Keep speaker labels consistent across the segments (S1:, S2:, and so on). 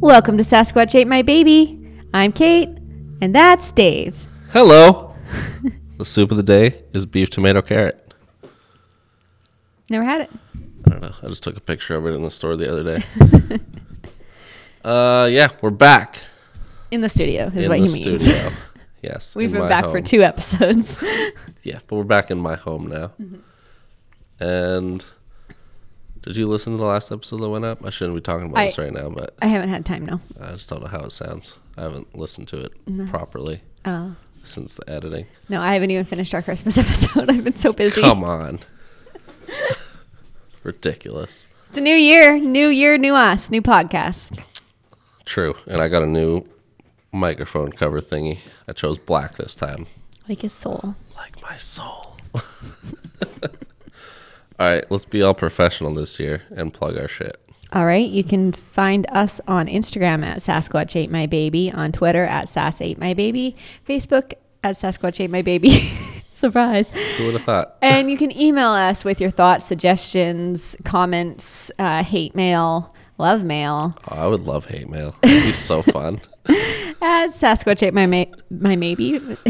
S1: Welcome to Sasquatch Ate My Baby. I'm Kate, and that's Dave.
S2: Hello. the soup of the day is beef tomato carrot.
S1: Never had it.
S2: I don't know. I just took a picture of it in the store the other day. uh, yeah, we're back
S1: In the studio is
S2: in
S1: what
S2: the
S1: he means.
S2: studio. yes,
S1: We've
S2: in
S1: been
S2: my
S1: back for
S2: home.
S1: two episodes.
S2: Yeah, but we're back in my home now.
S1: Mm-hmm.
S2: And did you listen to the last episode that went up? I shouldn't be talking about
S1: I-
S2: this right now, but
S1: I haven't had time now.
S2: I just don't know how it sounds. I haven't listened to it properly
S1: Oh.
S2: since the editing.
S1: No, I haven't even finished our Christmas episode. I've been so busy.
S2: Come on. Ridiculous.
S1: It's a new year, new year, new us, new podcast.
S2: True. And I got a new microphone cover thingy. I chose black this time.
S1: Like his soul.
S2: Like my soul. all right, let's be all professional this year and plug our shit.
S1: All right, you can find us on Instagram at Sasquatch Ate My Baby, on Twitter at Sass Ate My Baby, Facebook at Sasquatch Ate My Baby. Surprise.
S2: Who would have thought?
S1: And you can email us with your thoughts, suggestions, comments, uh, hate mail, love mail
S2: Oh, I would love hate mail. It'd be so fun.
S1: at Sasquatch ate my ma- my maybe.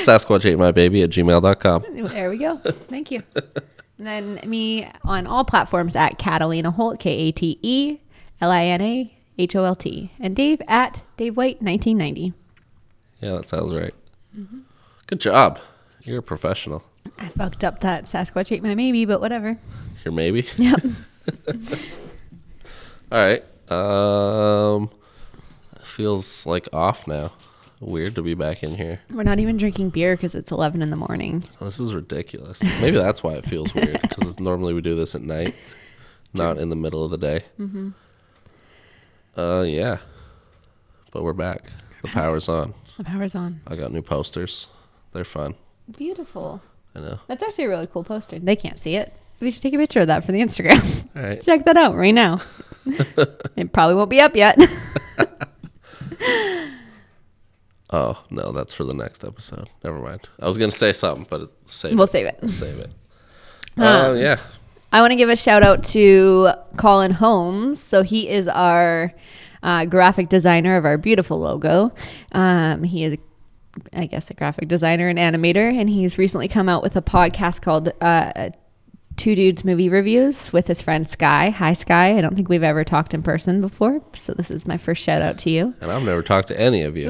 S2: Sasquatch ate my baby at gmail.com.
S1: there we go. Thank you. And then me on all platforms at Catalina Holt K A T E L I N A H O L T and Dave at Dave White 1990.
S2: Yeah, that sounds right. Mm-hmm. Good job. You're a professional.
S1: I fucked up that Sasquatch ate my maybe, but whatever.
S2: You're maybe.
S1: Yep.
S2: All right. Um feels like off now. Weird to be back in here.
S1: We're not even drinking beer because it's 11 in the morning.
S2: This is ridiculous. Maybe that's why it feels weird because normally we do this at night, not in the middle of the day. Mm-hmm. Uh, yeah, but we're back. The power's on.
S1: The power's on.
S2: I got new posters. They're fun.
S1: Beautiful.
S2: I know.
S1: That's actually a really cool poster. They can't see it. We should take a picture of that for the Instagram.
S2: All right.
S1: Check that out right now. it probably won't be up yet.
S2: Oh no, that's for the next episode. Never mind. I was gonna say something, but it- save
S1: we'll
S2: it.
S1: save it.
S2: Save it. Oh yeah.
S1: I want to give a shout out to Colin Holmes. So he is our uh, graphic designer of our beautiful logo. Um, he is, I guess, a graphic designer and animator, and he's recently come out with a podcast called. Uh, Two Dudes Movie Reviews with his friend Sky. Hi, Sky. I don't think we've ever talked in person before, so this is my first shout out to you.
S2: And I've never talked to any of you.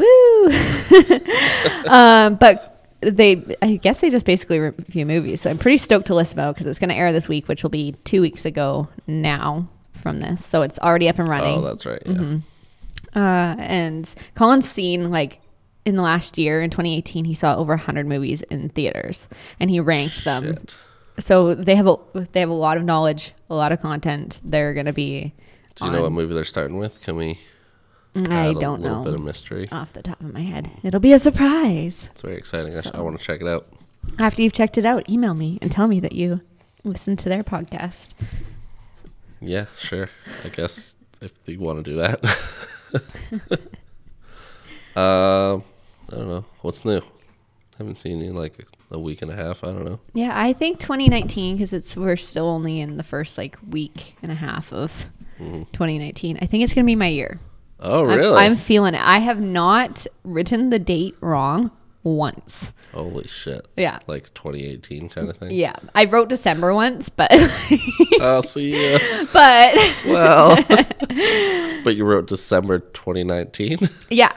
S1: Um, but they, I guess they just basically review movies. So I'm pretty stoked to listen about because it's going to air this week, which will be two weeks ago now from this. So it's already up and running.
S2: Oh, that's right. Yeah.
S1: Mm-hmm. uh, and Colin's seen like in the last year in 2018, he saw over 100 movies in theaters, and he ranked them.
S2: Shit.
S1: So they have a they have a lot of knowledge, a lot of content. They're going to be.
S2: Do you know what movie they're starting with? Can we?
S1: I
S2: add a
S1: don't
S2: little
S1: know
S2: Bit of mystery.
S1: off the top of my head. It'll be a surprise.
S2: It's very exciting. I, sh- I want to check it out.
S1: After you've checked it out, email me and tell me that you listened to their podcast.
S2: Yeah, sure. I guess if you want to do that. um, I don't know. What's new? haven't seen you in like a week and a half. I don't know.
S1: Yeah, I think 2019 because it's we're still only in the first like week and a half of 2019. I think it's gonna be my year.
S2: Oh,
S1: I'm-
S2: Mm-hmm. really?
S1: I'm, feeling it. I have not written the date wrong once.
S2: Holy shit.
S1: Yeah.
S2: Like 2018 kind of thing.
S1: Yeah, I wrote December once, but
S2: I'll see ya.
S1: but
S2: Well, but you wrote December 2019.
S1: yeah.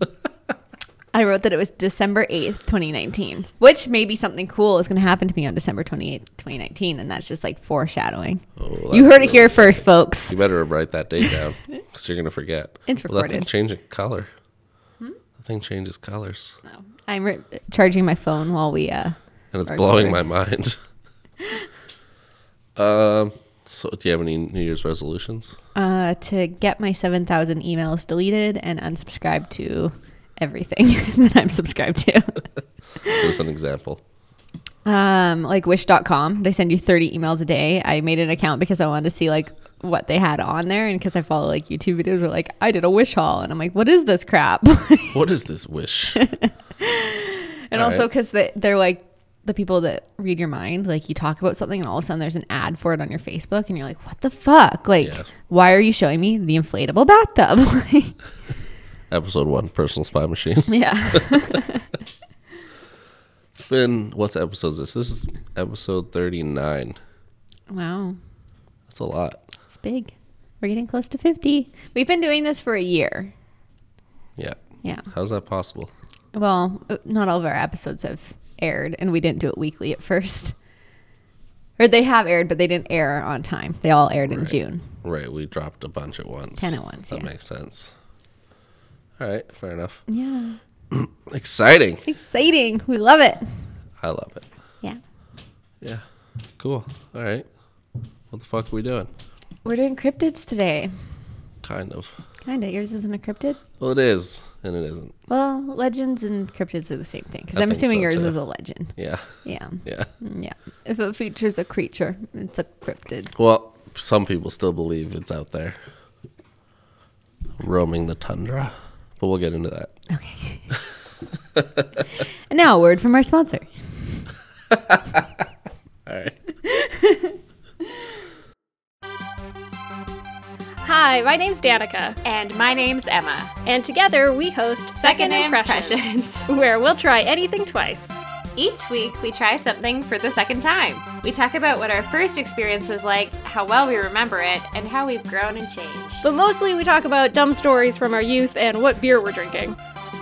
S1: I wrote that it was December 8th, 2019, which maybe something cool is going to happen to me on December 28th, 2019. And that's just like foreshadowing.
S2: Oh,
S1: you heard
S2: that's
S1: it
S2: really-
S1: here first, folks.
S2: You better write that date down because you're going to forget.
S1: It's
S2: Well, that thing
S1: recorded. Hmm?
S2: changing color. The thing changes colors.
S1: No. I'm re- charging my phone while we. Uh,
S2: and it's
S1: Or
S2: blowing my
S1: glory.
S2: mind. um, so do you have any New Year's resolutions?
S1: uh, to get my 7,000 emails deleted and unsubscribe to everything that I'm subscribed to.
S2: Give us an example.
S1: Um, like wish.com, they send you 30 emails a day. I made an account because I wanted to see like what they had on there and because I follow like YouTube videos where like I did a wish haul and I'm like, what is this crap? and
S2: What is this wish?
S1: also also
S2: Alright.
S1: because they, they're like, the people that read your mind, like you talk about something and all of a sudden there's an ad for it on your Facebook and you're like, what the fuck? Like,
S2: Yeah.
S1: why are you showing me the inflatable bathtub? Like,
S2: Episode one, personal spy machine.
S1: yeah.
S2: It's been what's episode is this? This is episode thirty nine.
S1: Wow.
S2: That's a lot.
S1: It's big. We're getting close to 50. We've been doing this for a year.
S2: Yeah.
S1: Yeah.
S2: How's that possible?
S1: Well, uh, not all of our episodes have aired, and we didn't do it weekly at first. Or they have aired, but they didn't air on time. They all aired in
S2: Right.
S1: June.
S2: Right, we dropped a bunch at once.
S1: 10 at once,
S2: That
S1: yeah.
S2: makes sense. All right, fair enough.
S1: Yeah.
S2: Exciting.
S1: Exciting. We love it.
S2: I love it.
S1: Yeah.
S2: Yeah. Cool. All right. What the fuck are we doing?
S1: We're doing cryptids today.
S2: Kind of.
S1: Kinda. Yours isn't a cryptid?
S2: Well, it is, and it isn't.
S1: Well, legends and cryptids are the same thing. Because
S2: I
S1: I'm
S2: think
S1: assuming
S2: so,
S1: yours
S2: too.
S1: is a legend.
S2: Yeah.
S1: Yeah. Mm,
S2: Yeah.
S1: Yeah. If it features a creature, it's a cryptid.
S2: Well, some people still believe it's out there roaming the tundra, but we'll get into that.
S1: Okay. and now a word from our sponsor.
S2: All right.
S3: Hi, my name's Danica.
S4: And my name's Emma.
S3: And together we host Second,
S4: Second
S3: Impressions,
S4: Impressions.
S3: where we'll try anything twice.
S4: Each week, we try something for the second time. We talk about what our first experience was like, how well we remember it, and how we've grown and changed.
S3: But mostly we talk about dumb stories from our youth and what beer we're drinking.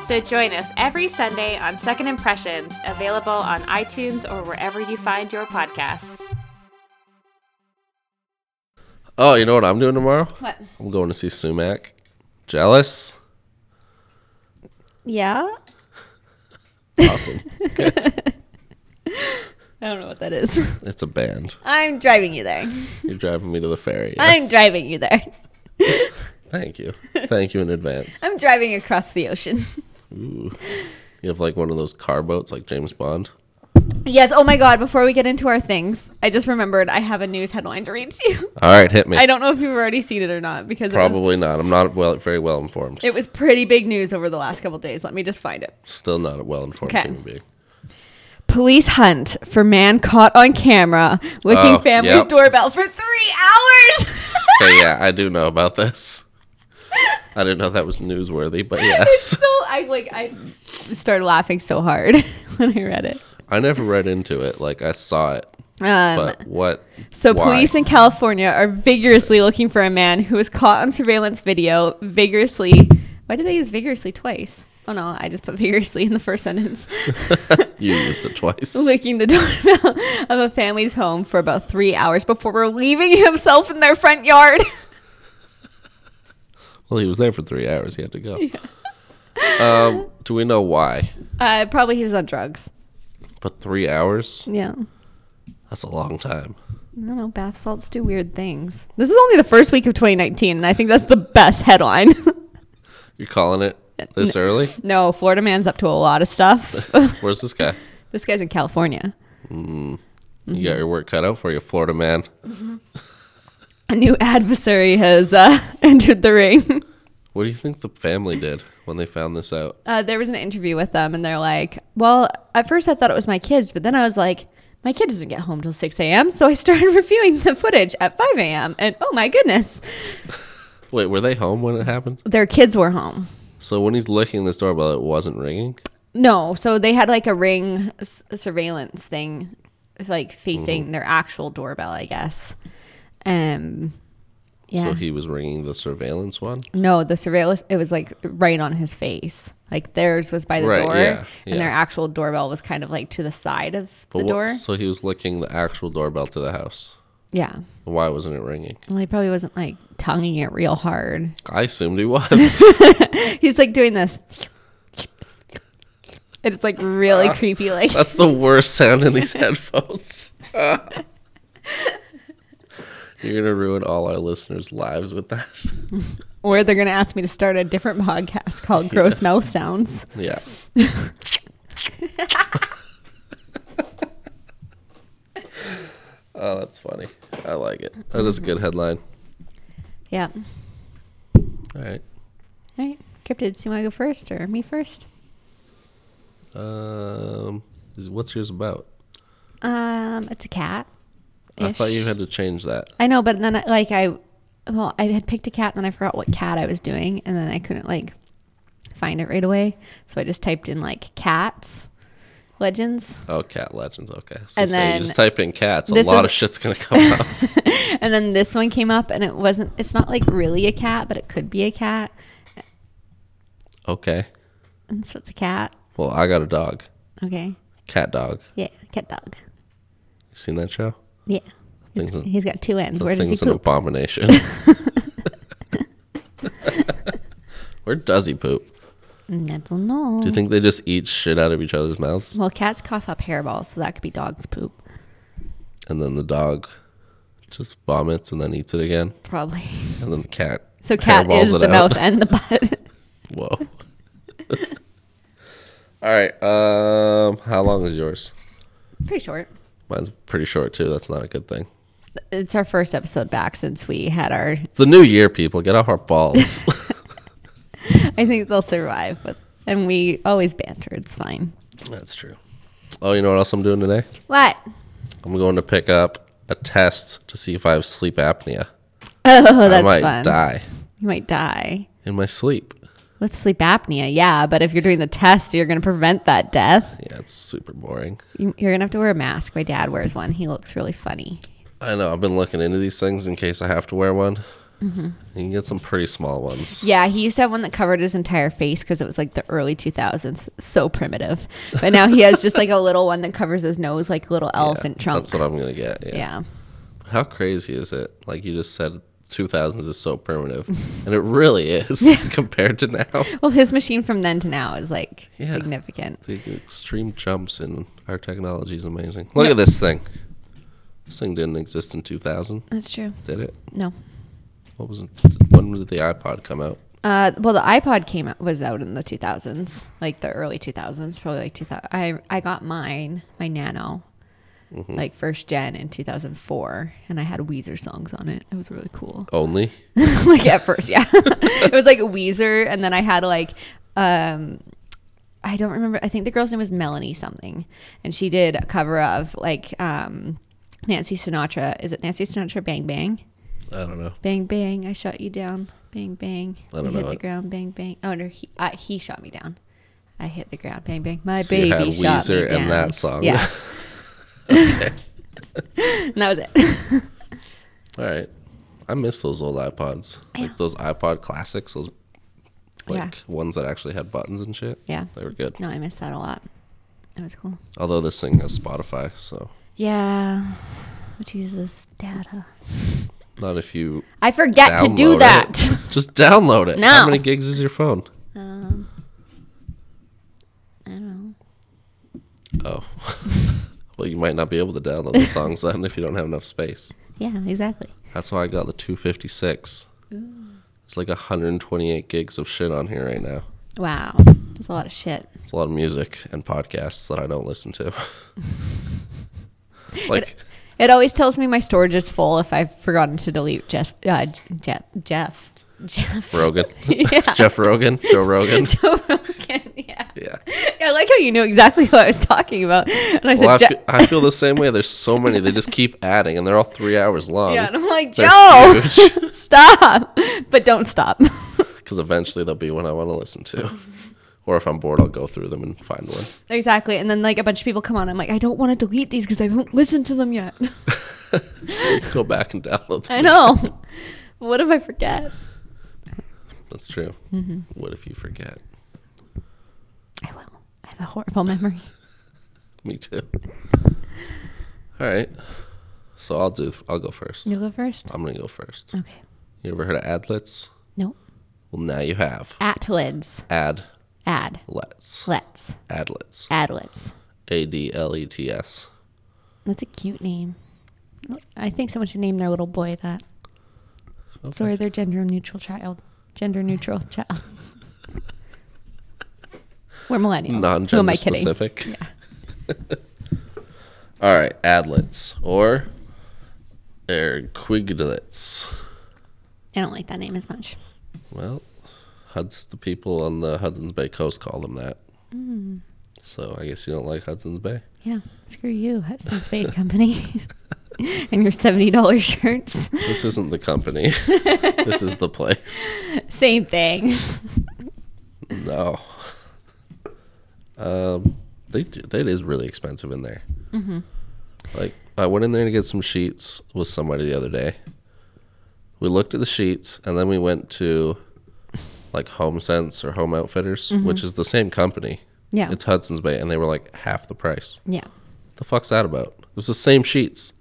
S4: So join us every Sunday on Second Impressions, available on iTunes or wherever you find your podcasts.
S2: Oh, you know what I'm doing tomorrow?
S1: What?
S2: I'm going to see Sumac. Jealous?
S1: Yeah?
S2: Awesome.
S1: I don't know what that is.
S2: it's a band.
S1: I'm driving you there.
S2: You're driving me to the ferry.
S1: I'm
S2: Yes.
S1: driving you there.
S2: Thank you. Thank you in advance.
S1: I'm driving across the ocean.
S2: Ooh. You have like one of those car boats like James Bond.
S1: Yes. Oh my God. Before we get into our things, I just remembered I have a news headline to read to you.
S2: All right, hit me.
S1: I don't know if you've already seen it or not because it was,
S2: Probably not. I'm not well, very well informed.
S1: it was pretty big news over the last couple days. Let me just find it.
S2: Still not a well informed
S1: Okay.
S2: human being.
S1: Police hunt for man caught on camera licking
S2: Oh,
S1: family's
S2: yep.
S1: doorbell for three hours.
S2: Okay, yeah, I do know about this. I didn't know that was newsworthy, but
S1: it's
S2: yes.
S1: so I like I started laughing so hard when I read it.
S2: I never read into it. Like I saw it,
S1: Um,
S2: but what?
S1: So,
S2: why?
S1: police in California are vigorously looking for a man who was caught on surveillance video vigorously. Why did they use vigorously twice? Oh no, I just put vigorously in the first sentence.
S2: you used it twice.
S1: Licking the doorbell of a family's home for about three hours before relieving himself in their front yard.
S2: Well, he was there for three hours. He had to go. Um, do we know why?
S1: Uh, probably he was on drugs.
S2: But three hours?
S1: Yeah.
S2: That's a long time.
S1: I don't know. Bath salts do weird things. This is only the first week of 2019, and I think that's the best headline.
S2: You're calling it this early?
S1: Uh, no, Florida man's up to a lot of stuff.
S2: Where's this guy?
S1: this guy's in California.
S2: You got your work cut out for you, Florida man.
S1: a new adversary has uh, entered the ring.
S2: What do you think the family did when they found this out?
S1: Uh, there was an interview with them, and they're like, "Well, at first I thought it was my kids, but then I was like, my kid doesn't get home till six a.m., so I started reviewing the footage at five a.m. And oh my goodness,
S2: Wait, were they home when it happened?
S1: their kids were home.
S2: So when he's licking this doorbell, it wasn't ringing.
S1: No, so they had like a ring s- surveillance thing, like facing
S2: Mm-hmm.
S1: their actual doorbell, I guess. Um, yeah.
S2: So he was ringing the surveillance one.
S1: No, the surveillance it was like right on his face. Like theirs was by the
S2: Right,
S1: door,
S2: yeah, yeah.
S1: and their actual doorbell was kind of like to the side of the
S2: what-
S1: door.
S2: So he was licking the actual doorbell to the house.
S1: Yeah.
S2: Why wasn't it ringing?
S1: Well, he probably wasn't like tonguing it real hard.
S2: I assumed he was.
S1: He's like doing this. And It's like really creepy. Like
S2: Ah. That's the worst sound in these headphones. You're gonna ruin all our listeners' lives with that.
S1: or they're gonna ask me to start a different podcast called Gross Mouth Sounds.
S2: Yeah. oh, that's funny. I like it. That is a
S1: Mm-hmm.
S2: good headline.
S1: Yeah.
S2: All right.
S1: All right. Cryptids, you wanna go first or me first?
S2: Um, is, what's yours about?
S1: Um, it's a cat.
S2: I thought you had to change that.
S1: I know, but then I, like I, well, I had picked a cat, and then I forgot what cat I was doing, and then I couldn't like find it right away, so I just typed in like cats, legends,
S2: Oh, cat legends. Okay. So
S1: And
S2: say
S1: then-
S2: you just type in cats. A
S1: This is-
S2: lot of shit's gonna come up.
S1: and then this one came up, and it wasn't. It's not like really a cat, but it could be a cat,
S2: Okay.
S1: and so it's a cat.
S2: Well, I got a dog.
S1: Okay,
S2: Cat dog.
S1: yeah, cat dog.
S2: You seen that show?
S1: Yeah,
S2: Thing's a-
S1: he's got two ends.
S2: the
S1: Where does he
S2: thing's an
S1: poop?
S2: abomination. Where does he poop?
S1: Mm, I don't know.
S2: Do you think they just eat shit out of each other's mouths?
S1: Well, cats cough up hairballs, so that could be dog's poop,
S2: And then the dog just vomits and then eats it again?
S1: probably.
S2: And then the cat.
S1: So cat
S2: hairballs
S1: is
S2: it
S1: the
S2: out.
S1: mouth and the butt.
S2: Whoa. All right. Um, how long is yours?
S1: Pretty short.
S2: Mine's pretty short too. That's not a good thing.
S1: It's our first episode back since we had our.
S2: It's the new year, people. Get off our balls.
S1: I think they'll survive, but and we always banter. It's fine.
S2: That's true. Oh, you know what else I'm doing today?
S1: What?
S2: I'm going to pick up a test to see if I have sleep apnea.
S1: Oh,
S2: I
S1: that's
S2: might
S1: fun.
S2: die
S1: You might die
S2: in my sleep.
S1: with sleep apnea. Yeah, but if you're doing the test, you're going to prevent that death.
S2: Yeah, it's super boring.
S1: You- You're going to have to wear a mask. My dad wears one. He looks really funny.
S2: I know. I've been looking into these things in case I have to wear one.
S1: Mm-hmm.
S2: You can get some pretty small ones.
S1: Yeah, he used to have one that covered his entire face because it was like the early 2000s. So primitive. But now he has just like a little one that covers his nose, like a little elephant trunk.
S2: That's what I'm gonna get. Yeah.
S1: yeah.
S2: How crazy is it? Like you just said, 2000s is so primitive, and it really is compared to now.
S1: Well, his machine from then to now is like
S2: Yeah.
S1: significant.
S2: The extreme jumps in our technology is amazing. Look at this thing. This thing didn't exist in 2000,
S1: That's true.
S2: did it?
S1: No.
S2: What was it? When did the iPod come out?
S1: Uh, well, the iPod came out was out in the 2000s, like the early 2000s, probably like 2000. I I got mine, my Nano, like first gen in 2004, and I had Weezer songs on it. It was really cool.
S2: Only.
S1: like at first, yeah, it was like Weezer, and then I had like um, I don't remember. I think the girl's name was Melanie something, and she did a cover of like um, Nancy Sinatra. Is it Nancy Sinatra? Bang bang.
S2: I don't know.
S1: Bang bang, I shot you down. Bang bang,
S2: I don't
S1: you hit
S2: know
S1: the
S2: it.
S1: ground. Bang bang. Oh no, he I, he shot me down. I hit the ground. Bang bang. My
S2: So
S1: baby
S2: you had
S1: shot me
S2: Weezer
S1: down.
S2: and that song.
S1: Yeah, and that was it.
S2: All right. I miss those old iPods. Like those iPod classics, those like
S1: Yeah.
S2: ones that actually had buttons and shit.
S1: yeah.
S2: They were good.
S1: No, I missed that a lot. That was cool.
S2: Although this thing has Spotify, so
S1: Yeah, which uses data.
S2: not if you
S1: I forget to
S2: download
S1: do
S2: it.
S1: that.
S2: Just download it.
S1: No.
S2: How many gigs is your phone?
S1: um, I don't know.
S2: Oh. well, you might not be able to download the songs then if you don't have enough space.
S1: Yeah, exactly.
S2: That's why I got the 256. It's like 128 gigs of shit on here right now.
S1: Wow, that's a lot of shit.
S2: It's a lot of music and podcasts that I don't listen to. like,
S1: It always tells me my storage is full if I've forgotten to delete Jeff. Uh, J- Jeff. Jeff. Jeff.
S2: Rogan.
S1: Yeah.
S2: Jeff Rogan. Joe Rogan.
S1: Joe Rogan. Yeah.
S2: Yeah.
S1: I like how you knew exactly what I was talking about. And I
S2: Well, I,
S1: said,
S2: fe-
S1: Jeff.
S2: I feel the same way. There's so many. They just keep adding, and they're all three hours long.
S1: Yeah, and I'm like,
S2: They're
S1: Joe,
S2: huge.
S1: stop. But don't stop.
S2: because eventually they'll be one I want to listen to. or if I'm bored, I'll go through them and find one.
S1: exactly. And then, like, a bunch of people come on. I'm like, I don't want to delete these because I haven't listened to them yet.
S2: go back and download them.
S1: I know. what if I forget?
S2: That's true.
S1: Mm-hmm.
S2: What if you forget?
S1: I will. I have a horrible memory.
S2: Me too. All right. So I'll do. I'll go first.
S1: You go first?
S2: I'm gonna go first.
S1: Okay.
S2: You ever heard of adlets?
S1: Nope.
S2: Well, now you have
S1: Atlids.
S2: adlets.
S1: Ad. Let's.
S2: Adlets.
S1: Adlets.
S2: A D L E T S.
S1: That's a cute name. I think someone should name their little boy that.
S2: Okay.
S1: Sorry, their gender neutral child. Gender neutral child. We're millennials. Who am I
S2: Non-gender
S1: kidding?
S2: specific. All right, adlets or erquiglets.
S1: I don't like that name as much. Mm.
S2: Well, Huds, the people on the Hudson's Bay coast call them that. So I guess you don't like Hudson's Bay.
S1: Yeah, screw you, Hudson Spade Company, and your seventy dollars shirts.
S2: This isn't the company. this is the place.
S1: Same thing.
S2: No. Um, they do, that is really expensive in there. Mm-hmm. Like I went in there to get some sheets with somebody the other day. We looked at the sheets and then we went to like Home Sense or Home Outfitters, which is the same company.
S1: Mm-hmm. Yeah.
S2: It's Hudson's Bay, and they were like half the price.
S1: Yeah.
S2: The fuck's that about? It was the same sheets.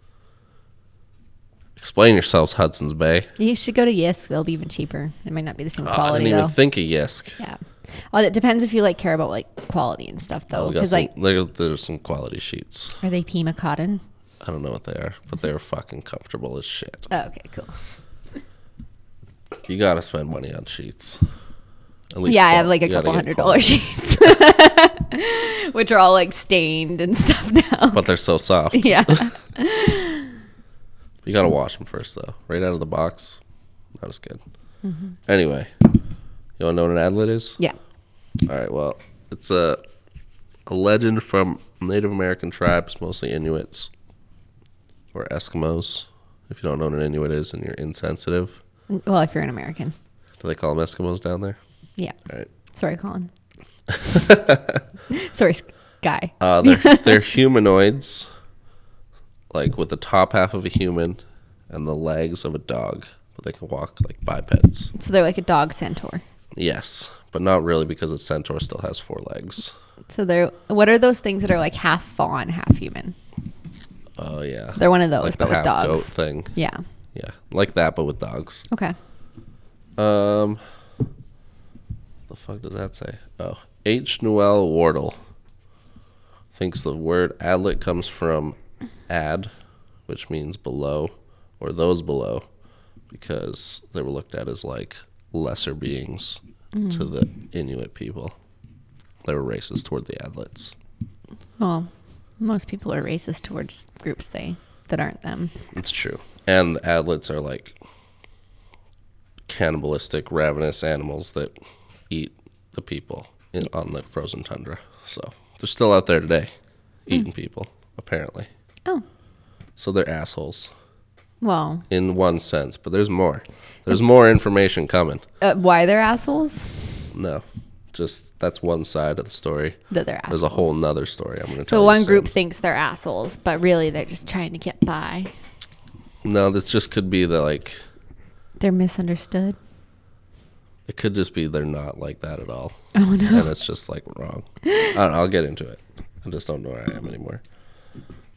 S2: Explain yourselves, Hudson's Bay.
S1: You should go to Yes. They'll be even cheaper. It might not be the same
S2: Oh, I
S1: quality
S2: didn't
S1: though.
S2: even think of Yisk.
S1: yeah. Well, it depends if you like care about like quality and stuff though,
S2: We got
S1: because
S2: some,
S1: like
S2: there- there's some quality sheets.
S1: are they Pima cotton?
S2: I don't know what they are, but they're fucking comfortable as shit.
S1: Oh, okay, cool.
S2: You gotta spend money on sheets. At least
S1: Yeah, I have
S2: qual-
S1: like a
S2: you gotta
S1: couple
S2: get
S1: hundred dollar
S2: quality.
S1: sheets, which are all like stained and stuff now.
S2: But they're so soft.
S1: yeah,
S2: You gotta wash them first, though. Right out of the box. That was good. Anyway, you wanna know what an adlet is?
S1: Mm-hmm. yeah.
S2: All right. Well, it's a a legend from Native American tribes, mostly Inuits or Eskimos. If you don't know what an Inuit is and you're insensitive,
S1: Well, if you're an American,
S2: do they call them Eskimos down there?
S1: yeah.
S2: All right.
S1: Sorry, Colin. Sorry, Sky.
S2: Uh, they're they're humanoids, like with the top half of a human and the legs of a dog, but they can walk like bipeds.
S1: So they're like a dog centaur.
S2: Yes, but not really because a centaur still has four legs.
S1: So they're what are those things that are like half fawn, half human?
S2: Oh yeah,
S1: They're one of those,
S2: like the
S1: but with
S2: half goat
S1: dogs.
S2: thing.
S1: Yeah.
S2: Yeah, like that, but with dogs.
S1: Okay.
S2: Um, the fuck does that say? Oh, H. Noel Wardle thinks the word adlet comes from ad, which means below or those below, because they were looked at as like lesser beings to the Inuit people. They were racist toward the adlets.
S1: Well, most people are racist towards groups they that aren't them.
S2: It's true. And the adlets are like cannibalistic, ravenous animals that eat the people in, on the frozen tundra. So they're still out there today eating people, apparently.
S1: Hmm. Oh.
S2: So they're assholes
S1: Well,
S2: in one sense, but there's more. There's more information coming.
S1: uh, why they're assholes?
S2: No, just that's one side of the story.
S1: That they're assholes.
S2: There's a whole nother story I'm going to tell
S1: So
S2: you
S1: one
S2: soon.
S1: group thinks they're assholes, but really they're just trying to get by.
S2: No, this just could be the like.
S1: They're misunderstood.
S2: It could just be they're not like that at all.
S1: Oh no.
S2: and it's just like wrong. I don't know, I'll get into it. I just don't know where I am anymore.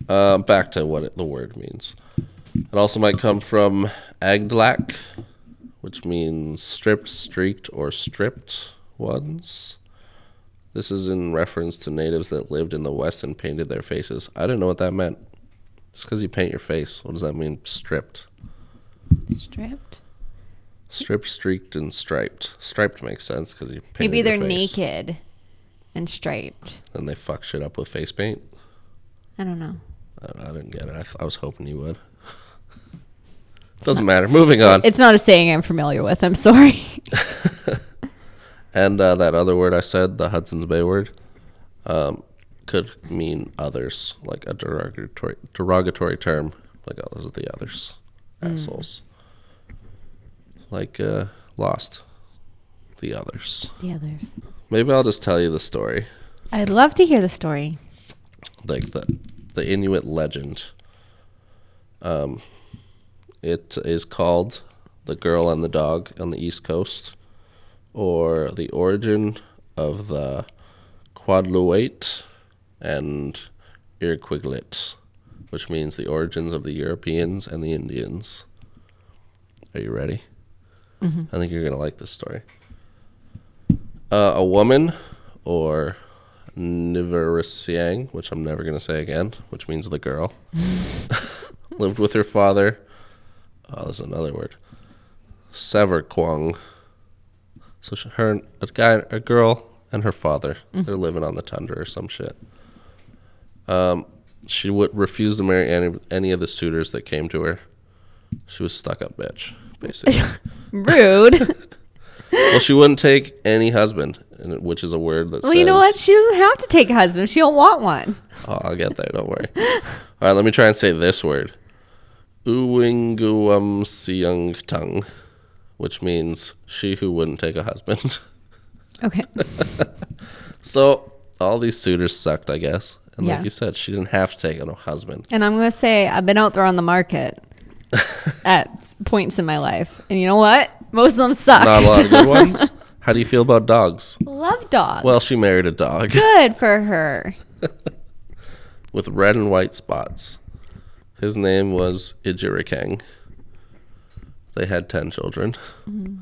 S2: Um, back to what it, the word means. It also might come from agdlak, which means stripped, streaked, or stripped ones. This is in reference to natives that lived in the West and painted their faces. I didn't know what that meant. Just because you paint your face, what does that mean? Stripped.
S1: Stripped.
S2: Stripped, streaked, and striped. Striped makes sense because you paint
S1: Maybe they're naked and striped.
S2: And they fuck shit up with face paint.
S1: I don't know.
S2: I, I didn't get it. I, th- I was hoping you would. Doesn't matter. Moving on.
S1: It's not a saying I'm familiar with. I'm sorry.
S2: And uh, that other word I said, the Hudson's Bay word, um, could mean others, like a derogatory derogatory term, like oh, those are the others, assholes. Like uh, lost, the others.
S1: The others.
S2: Maybe I'll just tell you the story,
S1: I'd love to hear the story.
S2: like the the Inuit legend. Um, it is called "The Girl and the Dog" on the East Coast. or the origin of the Quadluate and Iroquoislet, which means the origins of the Europeans and the Indians. Are you ready? I think you're going to like this story. Uh, a woman, or Niverisiang, which I'm never going to say again, which means the girl, lived with her father. Oh, there's another word. Severquong. So she, her, and- a guy, a girl, and her father, they're living on the tundra or some shit. Um, she would refuse to marry any any of the suitors that came to her. She was stuck up bitch, basically.
S1: Rude.
S2: Well, she wouldn't take any husband, and it- which is a word that
S1: Well,
S2: says.
S1: you know what? She doesn't have to take a husband. if She don't want one.
S2: Oh, I'll get there. Don't worry. All right, let me try and say this word. Uwinguam siung tung, which means she who wouldn't take a husband.
S1: Okay.
S2: so all these suitors sucked, I guess. And
S1: Yeah.
S2: like you said, she didn't have to take a husband.
S1: And I'm gonna say I've been out there on the market at s- points in my life, and you know what? Most of them suck.
S2: Not a lot of good ones. How do you feel about dogs?
S1: Love dogs.
S2: Well, she married a dog
S1: good for her.
S2: with red and white spots. His name was Ijirikeng. They had 10 children.
S1: Mm-hmm.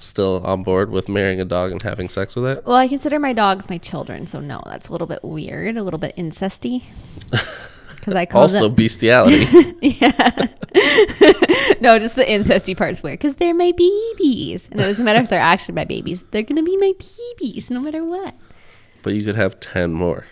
S2: Still on board with marrying a dog and having sex with it?
S1: Well, I consider my dogs my children, so no, that's a little bit weird, a little bit incesty. Because I call
S2: Also,
S1: them
S2: bestiality.
S1: no, just the incesty part's weird. Because they're my babies, and it doesn't matter if they're actually my babies; they're gonna be my babies no matter what.
S2: but you could have 10 more.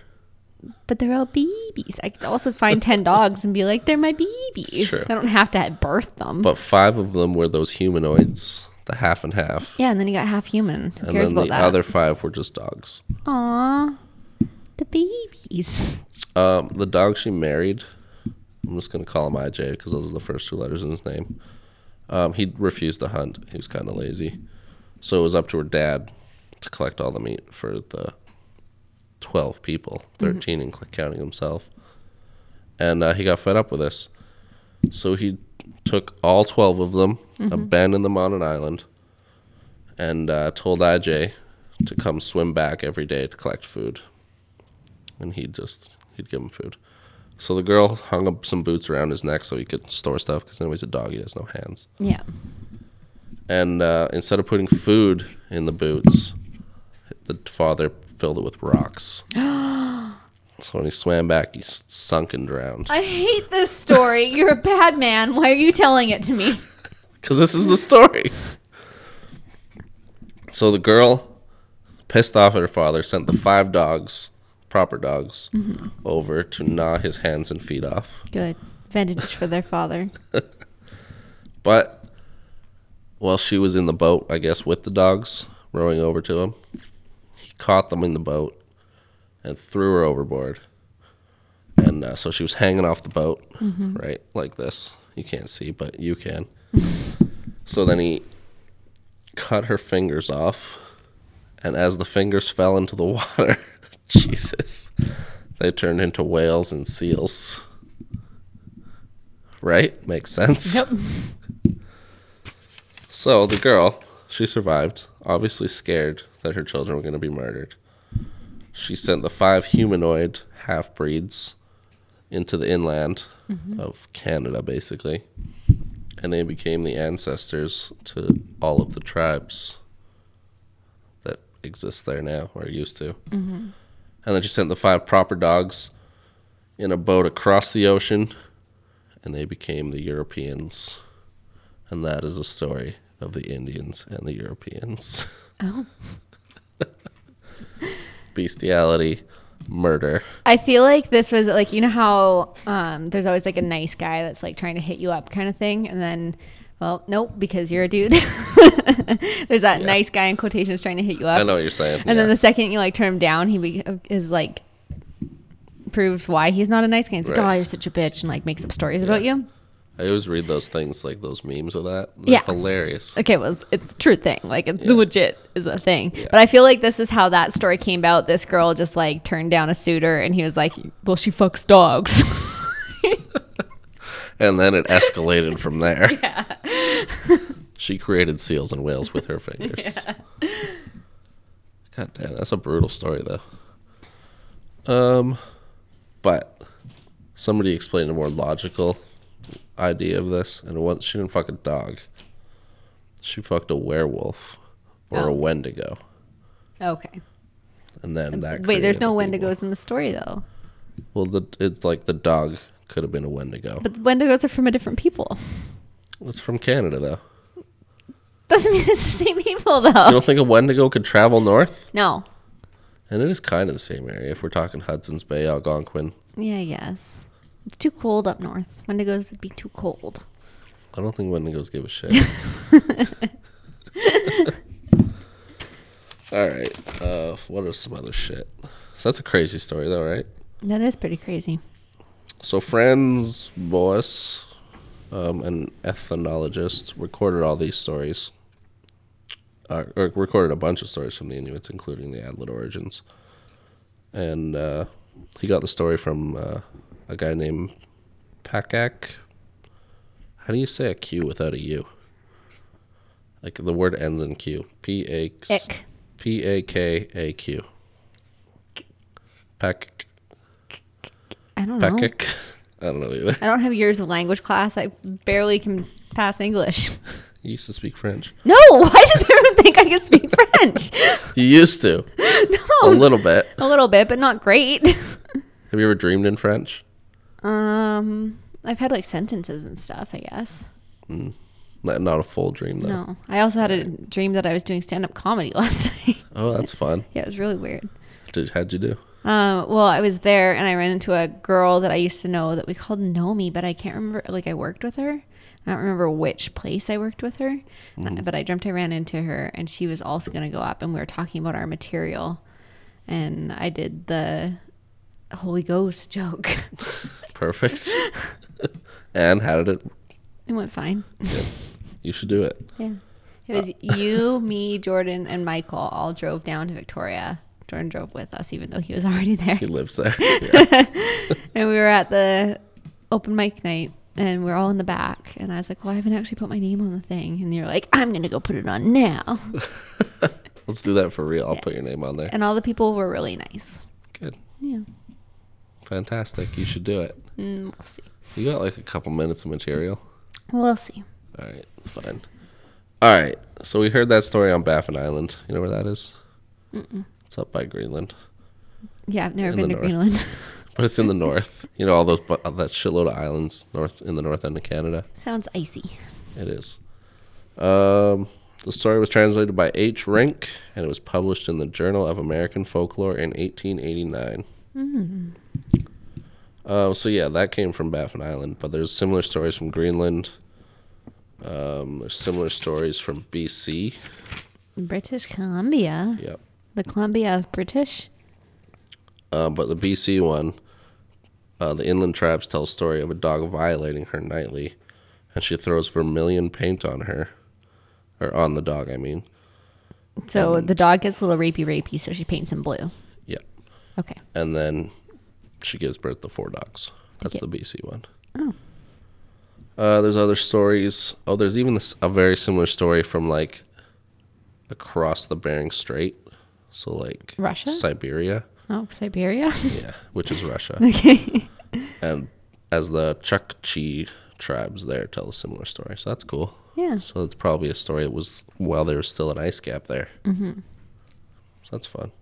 S1: But they're all babies. I could also find ten dogs and be like, they're my babies.
S2: true.
S1: I don't have to birth them.
S2: But five of them were those humanoids, the half and half.
S1: Yeah, and then you got half human. Who
S2: And
S1: cares
S2: then the
S1: about that?
S2: other five were just dogs.
S1: Aw, the babies.
S2: Um, the dog she married, I'm just going to call him IJ because those are the first two letters in his name. Um, he refused to hunt. He was kind of lazy. So it was up to her dad to collect all the meat for the 12 people, 13 including counting himself. And uh, he got fed up with this. So he took all 12 of them, abandoned them on an island, and uh, told IJ to come swim back every day to collect food and he'd just he'd give him food. So the girl hung up some boots around his neck so he could store stuff because anyways, a dog he has no hands.
S1: Yeah.
S2: And uh, instead of putting food in the boots, the father filled it with rocks. so when he swam back, he s- sunk and drowned.
S1: I hate this story. You're a bad man. Why are you telling it to me?
S2: Because this is the story. So the girl, pissed off at her father, sent the five dogs, proper dogs,
S1: Mm-hmm.
S2: over to gnaw his hands and feet off.
S1: Good. Vantage for their father.
S2: But while she was in the boat, I guess with the dogs rowing over to him, he caught them in the boat and threw her overboard. And uh, so she was hanging off the boat, right, like this. You can't see, but you can. so then he cut her fingers off, and as the fingers fell into the water, Jesus, they turned into whales and seals. Right? Makes sense.
S1: Yep.
S2: So the girl, she survived, obviously scared that her children were going to be murdered. She sent the five humanoid half breeds into the inland of Canada, basically, and they became the ancestors to all of the tribes that exist there now or used to. And then she sent the five proper dogs in a boat across the ocean, and they became the Europeans. And that is the story of the Indians and the Europeans.
S1: Oh.
S2: Bestiality, murder.
S1: I feel like this was like you know how um, there's always like a nice guy that's like trying to hit you up kind of thing, and then well, nope, because you're a dude. there's that nice guy in quotations trying to hit you up.
S2: I know what you're saying.
S1: And then
S2: yeah.
S1: the second you like turn him down, he be- is like proves why he's not a nice guy. He's like, "Oh,
S2: Right.
S1: you're such a bitch," and like makes up stories about
S2: Yeah.
S1: you.
S2: I always read those things, like those memes of that. They're
S1: Yeah.
S2: Hilarious.
S1: Okay, well, it's, it's a true thing. Like, it's
S2: Yeah.
S1: legit is a thing. But I feel like this is how that story came about. This girl just like turned down a suitor, and he was like, "Well, she fucks dogs."
S2: And then it escalated from there. she created seals and whales with her fingers. God damn, that's a brutal story, though. Um, but somebody explained a more logical idea of this, and once she didn't fuck a dog, she fucked a werewolf or
S1: Oh.
S2: a wendigo,
S1: okay.
S2: and then that.
S1: Um, Wait, there's
S2: created
S1: no
S2: the people.
S1: Wendigos in the story though.
S2: Well, the, it's like the dog could have been a wendigo.
S1: But the Wendigos are from a different people.
S2: it's from Canada, though.
S1: Doesn't mean it's the same people
S2: You
S1: though.
S2: don't think a wendigo could travel north?
S1: No.
S2: And it is kind of the same area if we're talking Hudson's Bay, Algonquin.
S1: Yeah, I guess. It's too cold up north. Wendigos would be too cold.
S2: I don't think Wendigos give a shit. All right. Uh, what are some other shit? So that's a crazy story, though, right?
S1: That is pretty crazy.
S2: So Franz Boas, um, an ethnologist, recorded all these stories, uh, or recorded a bunch of stories from the Inuits, including the Adlet origins. And uh, he got the story from uh, a guy named Pakak. How do you say a Q without a U? Like the word ends in Q. P A
S1: Ick.
S2: P A K A Q. Pakak.
S1: I don't know.
S2: Pakak. I don't know either.
S1: I don't have years of language class. I barely can pass English.
S2: You used to speak French.
S1: No, why does everyone think I can speak French?
S2: You used to. A
S1: no,
S2: little bit.
S1: a little bit, but not great.
S2: Have you ever dreamed in French?
S1: Um, I've had like sentences and stuff, I guess.
S2: Not, not a full dream, though.
S1: No, I also had a dream that I was doing stand up comedy last night.
S2: Oh, that's fun.
S1: yeah, it was really weird.
S2: Did, how'd you do?
S1: Um, well, I was there and I ran into a girl that I used to know that we called Nomi, but I can't remember. Like, I worked with her. I don't remember which place I worked with her, and I- but I dreamt I ran into her and she was also going to go up and we were talking about our material. And I did the Holy Ghost joke.
S2: Perfect. and how did it?
S1: it went fine.
S2: You should do it.
S1: Yeah. It was you, me, Jordan, and Michael all drove down to Victoria. Jordan drove with us, even though he was already there.
S2: He lives there. Yeah.
S1: And we were at the open mic night, and we are all in the back. And I was like, "Well, I haven't actually put my name on the thing." And you're like, "I'm gonna go put it on now."
S2: Let's do that for real. I'll put your name on there.
S1: And all the people were really nice.
S2: Good.
S1: Yeah,
S2: Fantastic. You should do it.
S1: mm, we'll see.
S2: You got like a couple minutes of material.
S1: We'll see.
S2: All right. Fine. All right. So we heard that story on Baffin Island. You know where that is? It's up by Greenland.
S1: Yeah, I've never
S2: In
S1: been
S2: the
S1: to
S2: north.
S1: Greenland.
S2: But it's in the north. You know, all those, bu- that shitload of islands north in the north end of Canada.
S1: Sounds icy.
S2: It is. Um, the story was translated by H. Rink, and it was published in the Journal of American Folklore in 1889. Uh, so yeah, that came from Baffin Island, but there's similar stories from Greenland. Um, there's similar stories from BC.
S1: British Columbia,
S2: Yep.
S1: the Columbia of British.
S2: Uh, but the BC one, uh, the Inland Tribes tells story of a dog violating her nightly, and she throws vermilion paint on her, or on the dog, I mean.
S1: So the dog gets a little rapey, rapey. So she paints him blue.
S2: Yep.
S1: Okay.
S2: and then she gives birth to four dogs. That's
S1: Okay.
S2: the BC one. Oh. Uh, there's other stories. Oh, there's even this, a very similar story from like across the Bering Strait, so like
S1: Russia?
S2: Siberia,
S1: Oh, Siberia.
S2: yeah, which is Russia,
S1: okay.
S2: and as the Chukchi tribes there tell a similar story. So that's cool.
S1: Yeah.
S2: So it's probably a story that was while there was still an ice gap there. Mm-hmm. So that's fun.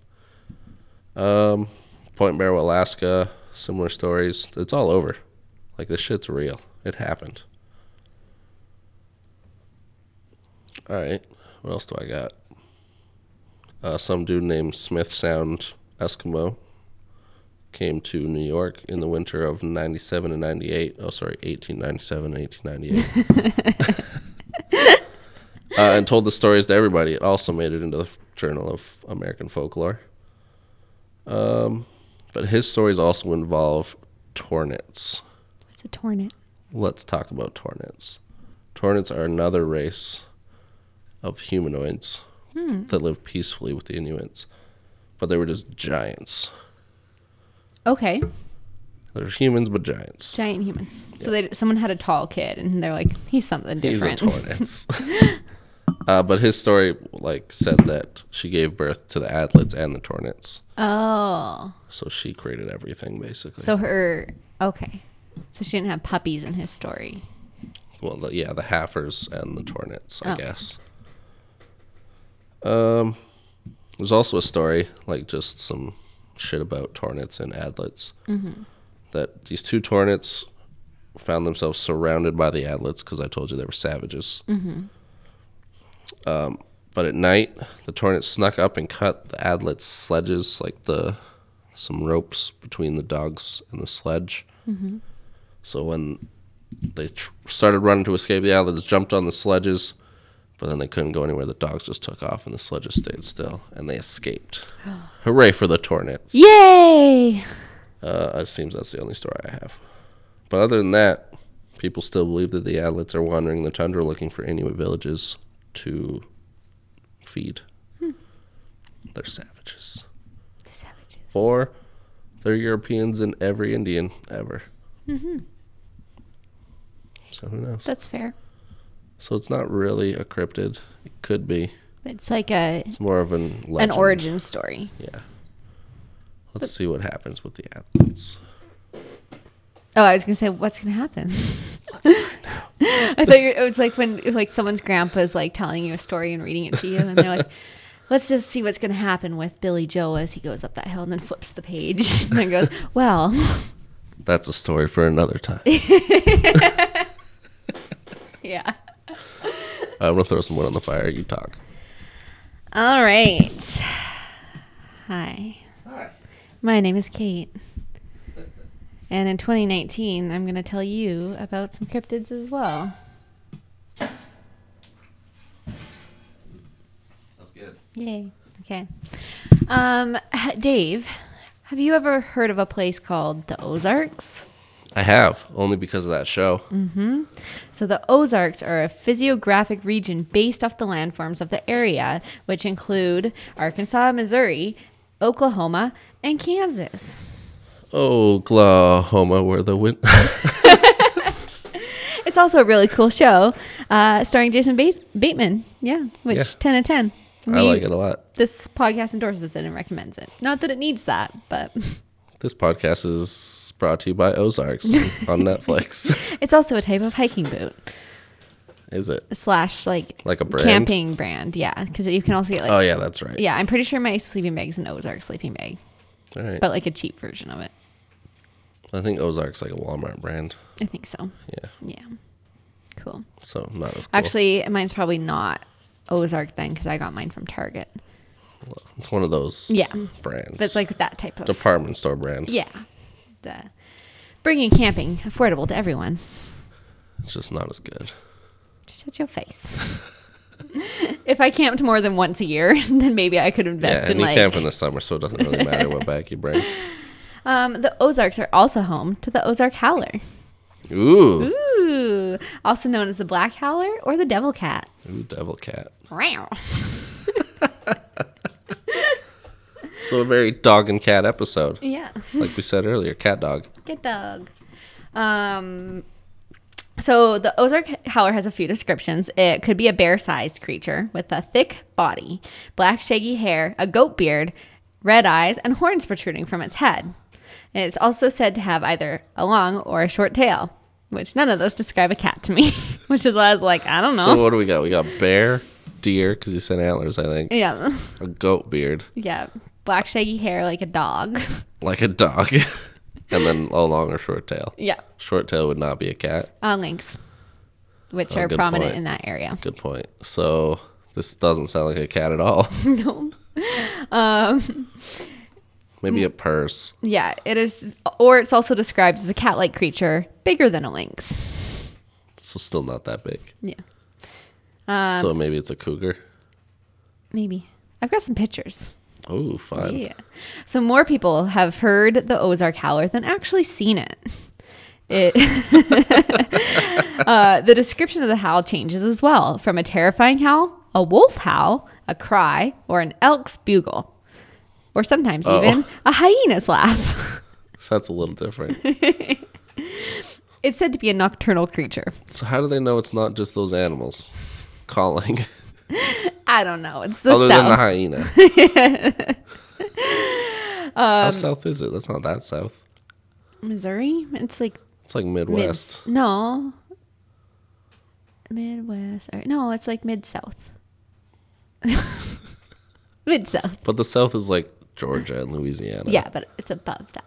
S2: Um, Point Barrow, Alaska, similar stories. It's all over. Like this shit's real. It happened. All right. What else do I got? Uh, some dude named Smith Sound Eskimo came to New York in the winter of 97 and 98. Oh, sorry, 1897 and 1898 uh, and told the stories to everybody. It also made it into the F- Journal of American Folklore. Um, but his stories also involve tornits.
S1: It's a tornado.
S2: Let's talk about tornits. Tornits are another race of humanoids that live peacefully with the Inuits, but they were just giants.
S1: Okay.
S2: They're humans, but giants.
S1: Giant humans. So they someone had a tall kid, and they're like, he's something different.
S2: He's a tornits. uh, but his story, like, said that she gave birth to the Adlets and the tornits.
S1: oh,
S2: So she created everything basically.
S1: so her okay. So she didn't have puppies in his story.
S2: well, the, yeah, the Haffers and the Tornits, I
S1: Oh.
S2: guess. Um, there's also a story, like just some shit about Tornits and Adlets. Mm-hmm. That these two Tornits found themselves surrounded by the Adlets because I told you they were savages. Mm-hmm. Um, but at night, the Tornits snuck up and cut the Adlets' sledges, like the some ropes between the dogs and the sledge. Mm-hmm. So when they tr- started running to escape the islands, jumped on the sledges, But then they couldn't go anywhere. The dogs just took off and the sledges stayed still and they escaped. Hooray for the tornets.
S1: Yay!
S2: Uh, it seems that's the only story I have. But other than that, people still believe that the adlets are wandering the tundra looking for Inuit villages to feed.
S1: Hmm.
S2: They're savages.
S1: Savages.
S2: Or they're Europeans in every Indian ever.
S1: Mm-hmm.
S2: So who knows?
S1: That's fair.
S2: So it's not really a cryptid. It could be.
S1: It's like a
S2: It's more of an
S1: an
S2: legend.
S1: origin story.
S2: Yeah. Let's see what happens with the adlets.
S1: Oh, I was gonna say, what's gonna happen? I thought you it was like when like someone's grandpa's like telling you a story and reading it to you, and they're like, "Let's just see what's gonna happen with Billy Joe as he goes up that hill," and then flips the page and then goes, "Well,
S2: That's a story for another time.
S1: yeah."
S2: I'm gonna throw some wood on the fire. You talk.
S1: All right. Hi. My name is Kate. And in 2019, I'm going to tell you about some cryptids as well.
S2: That's good.
S1: Yay. Okay. Um, h- Dave, have you ever heard of a place called the Ozarks?
S2: I have only because of that show.
S1: Mm. So, the Ozarks are a physiographic region based off the landforms of the area, which include Arkansas, Missouri, Oklahoma, and Kansas.
S2: Oklahoma, where the wind.
S1: It's also a really cool show, uh, starring Jason Ba- Bateman. Yeah, which
S2: Yeah.
S1: ten out of ten.
S2: I
S1: We-
S2: like it a lot.
S1: This podcast endorses it and recommends it. Not that it needs that, but
S2: This podcast is brought to you by Ozarks on Netflix.
S1: it's also a type of hiking boot
S2: is it?
S1: slash like
S2: Like a brand?
S1: camping brand. Yeah, because you can also get like
S2: Oh yeah, that's right.
S1: yeah. I'm pretty sure my sleeping bag's an Ozark sleeping bag,
S2: All right.
S1: but like a cheap version of it.
S2: I think Ozarks like a Walmart brand.
S1: I think so.
S2: Yeah.
S1: Yeah, cool.
S2: So not as cool.
S1: Actually, mine's probably not Ozark then because I got mine from Target.
S2: it's one of those
S1: Yeah,
S2: brands.
S1: that's like that type of
S2: department store brand.
S1: Yeah. The bringing camping affordable to everyone.
S2: It's just not as good.
S1: Shut your face. if I camped more than once a year, then maybe I could invest
S2: yeah, and
S1: in
S2: you
S1: like
S2: camp in the summer, so it doesn't really matter what bag you bring.
S1: um, the Ozarks are also home to the Ozark howler.
S2: Ooh, Ooh.
S1: Ooh, also known as the black howler or the devil cat.
S2: devil cat.
S1: Wow.
S2: So a very dog and cat episode.
S1: Yeah.
S2: like we said earlier, cat dog.
S1: Good dog. Um, so the Ozark howler has a few descriptions. It could be a bear-sized creature with a thick body, black shaggy hair, a goat beard, red eyes, and horns protruding from its head. And it's also said to have either a long or a short tail, which none of those describe a cat to me, which is why I was like, I don't know.
S2: So what do we got? We got bear, deer, because he said antlers, I think.
S1: yeah,
S2: A goat beard,
S1: yeah, black shaggy hair like a dog.
S2: like a dog, and then a long or short tail.
S1: yeah,
S2: Short tail would not be a cat.
S1: uh, lynx, which
S2: Oh,
S1: are
S2: good
S1: prominent
S2: point.
S1: in that area.
S2: Good point. So this doesn't sound like a cat at all.
S1: no. Um,
S2: Maybe
S1: mm.
S2: a purse.
S1: Yeah, it is, or it's also described as a cat-like creature, bigger than a lynx.
S2: So still not that big.
S1: Yeah, Um,
S2: so maybe it's a cougar.
S1: maybe. I've got some pictures.
S2: Oh, fun.
S1: Yeah. So more people have heard the Ozark howler than actually seen it. It uh, the description of the howl changes as well from a terrifying howl, a wolf howl, a cry, or an elk's bugle, or sometimes
S2: Oh.
S1: even a hyena's laugh.
S2: So that's a little different.
S1: it's said to be a nocturnal creature.
S2: so how do they know it's not just those animals calling,
S1: I don't know. It's the
S2: other
S1: south. Um,
S2: than the hyena? How south is it? That's not that south.
S1: Missouri. It's like
S2: It's like
S1: mid-
S2: Midwest.
S1: no. Midwest. Or, no, it's like mid South. mid South.
S2: But the South is like Georgia and Louisiana.
S1: Yeah, but it's above that.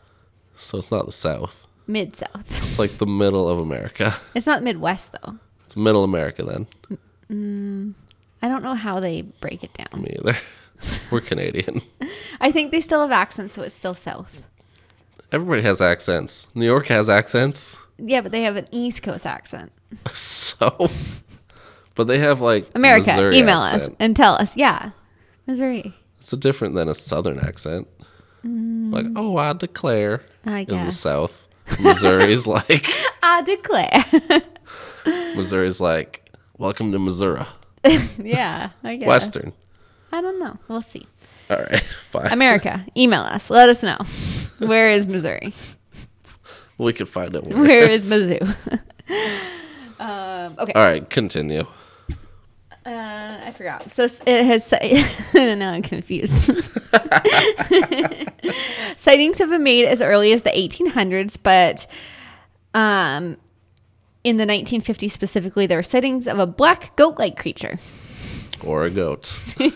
S2: So it's not the South.
S1: Mid South.
S2: It's like the middle of America.
S1: It's not Midwest though.
S2: It's middle America then.
S1: I don't know how they break it down.
S2: Me either. We're Canadian.
S1: I think they still have accents, so it's still South.
S2: Everybody has accents. New York has accents.
S1: Yeah, but they have an East Coast accent.
S2: So But they have like
S1: America,
S2: Missouri
S1: email us
S2: accent.
S1: and tell us. Yeah. Missouri.
S2: It's different than a Southern accent. Like, oh, I declare
S1: Mm. I
S2: is the
S1: guess.
S2: South. Missouri's like
S1: I declare.
S2: Missouri's like welcome to Missouri,
S1: yeah. I guess.
S2: Western.
S1: I don't know. We'll see.
S2: All right, fine.
S1: America, email us. Let us know. Where is Missouri?
S2: we can find out where,
S1: Where
S2: it
S1: is Mizzou? um, okay.
S2: All right, continue.
S1: Uh, I forgot. So s- it has. ci- now I'm confused. Sightings have been made as early as the 1800s, but um, in the 1950s specifically, there were sightings of a black goat-like creature.
S2: Or a goat.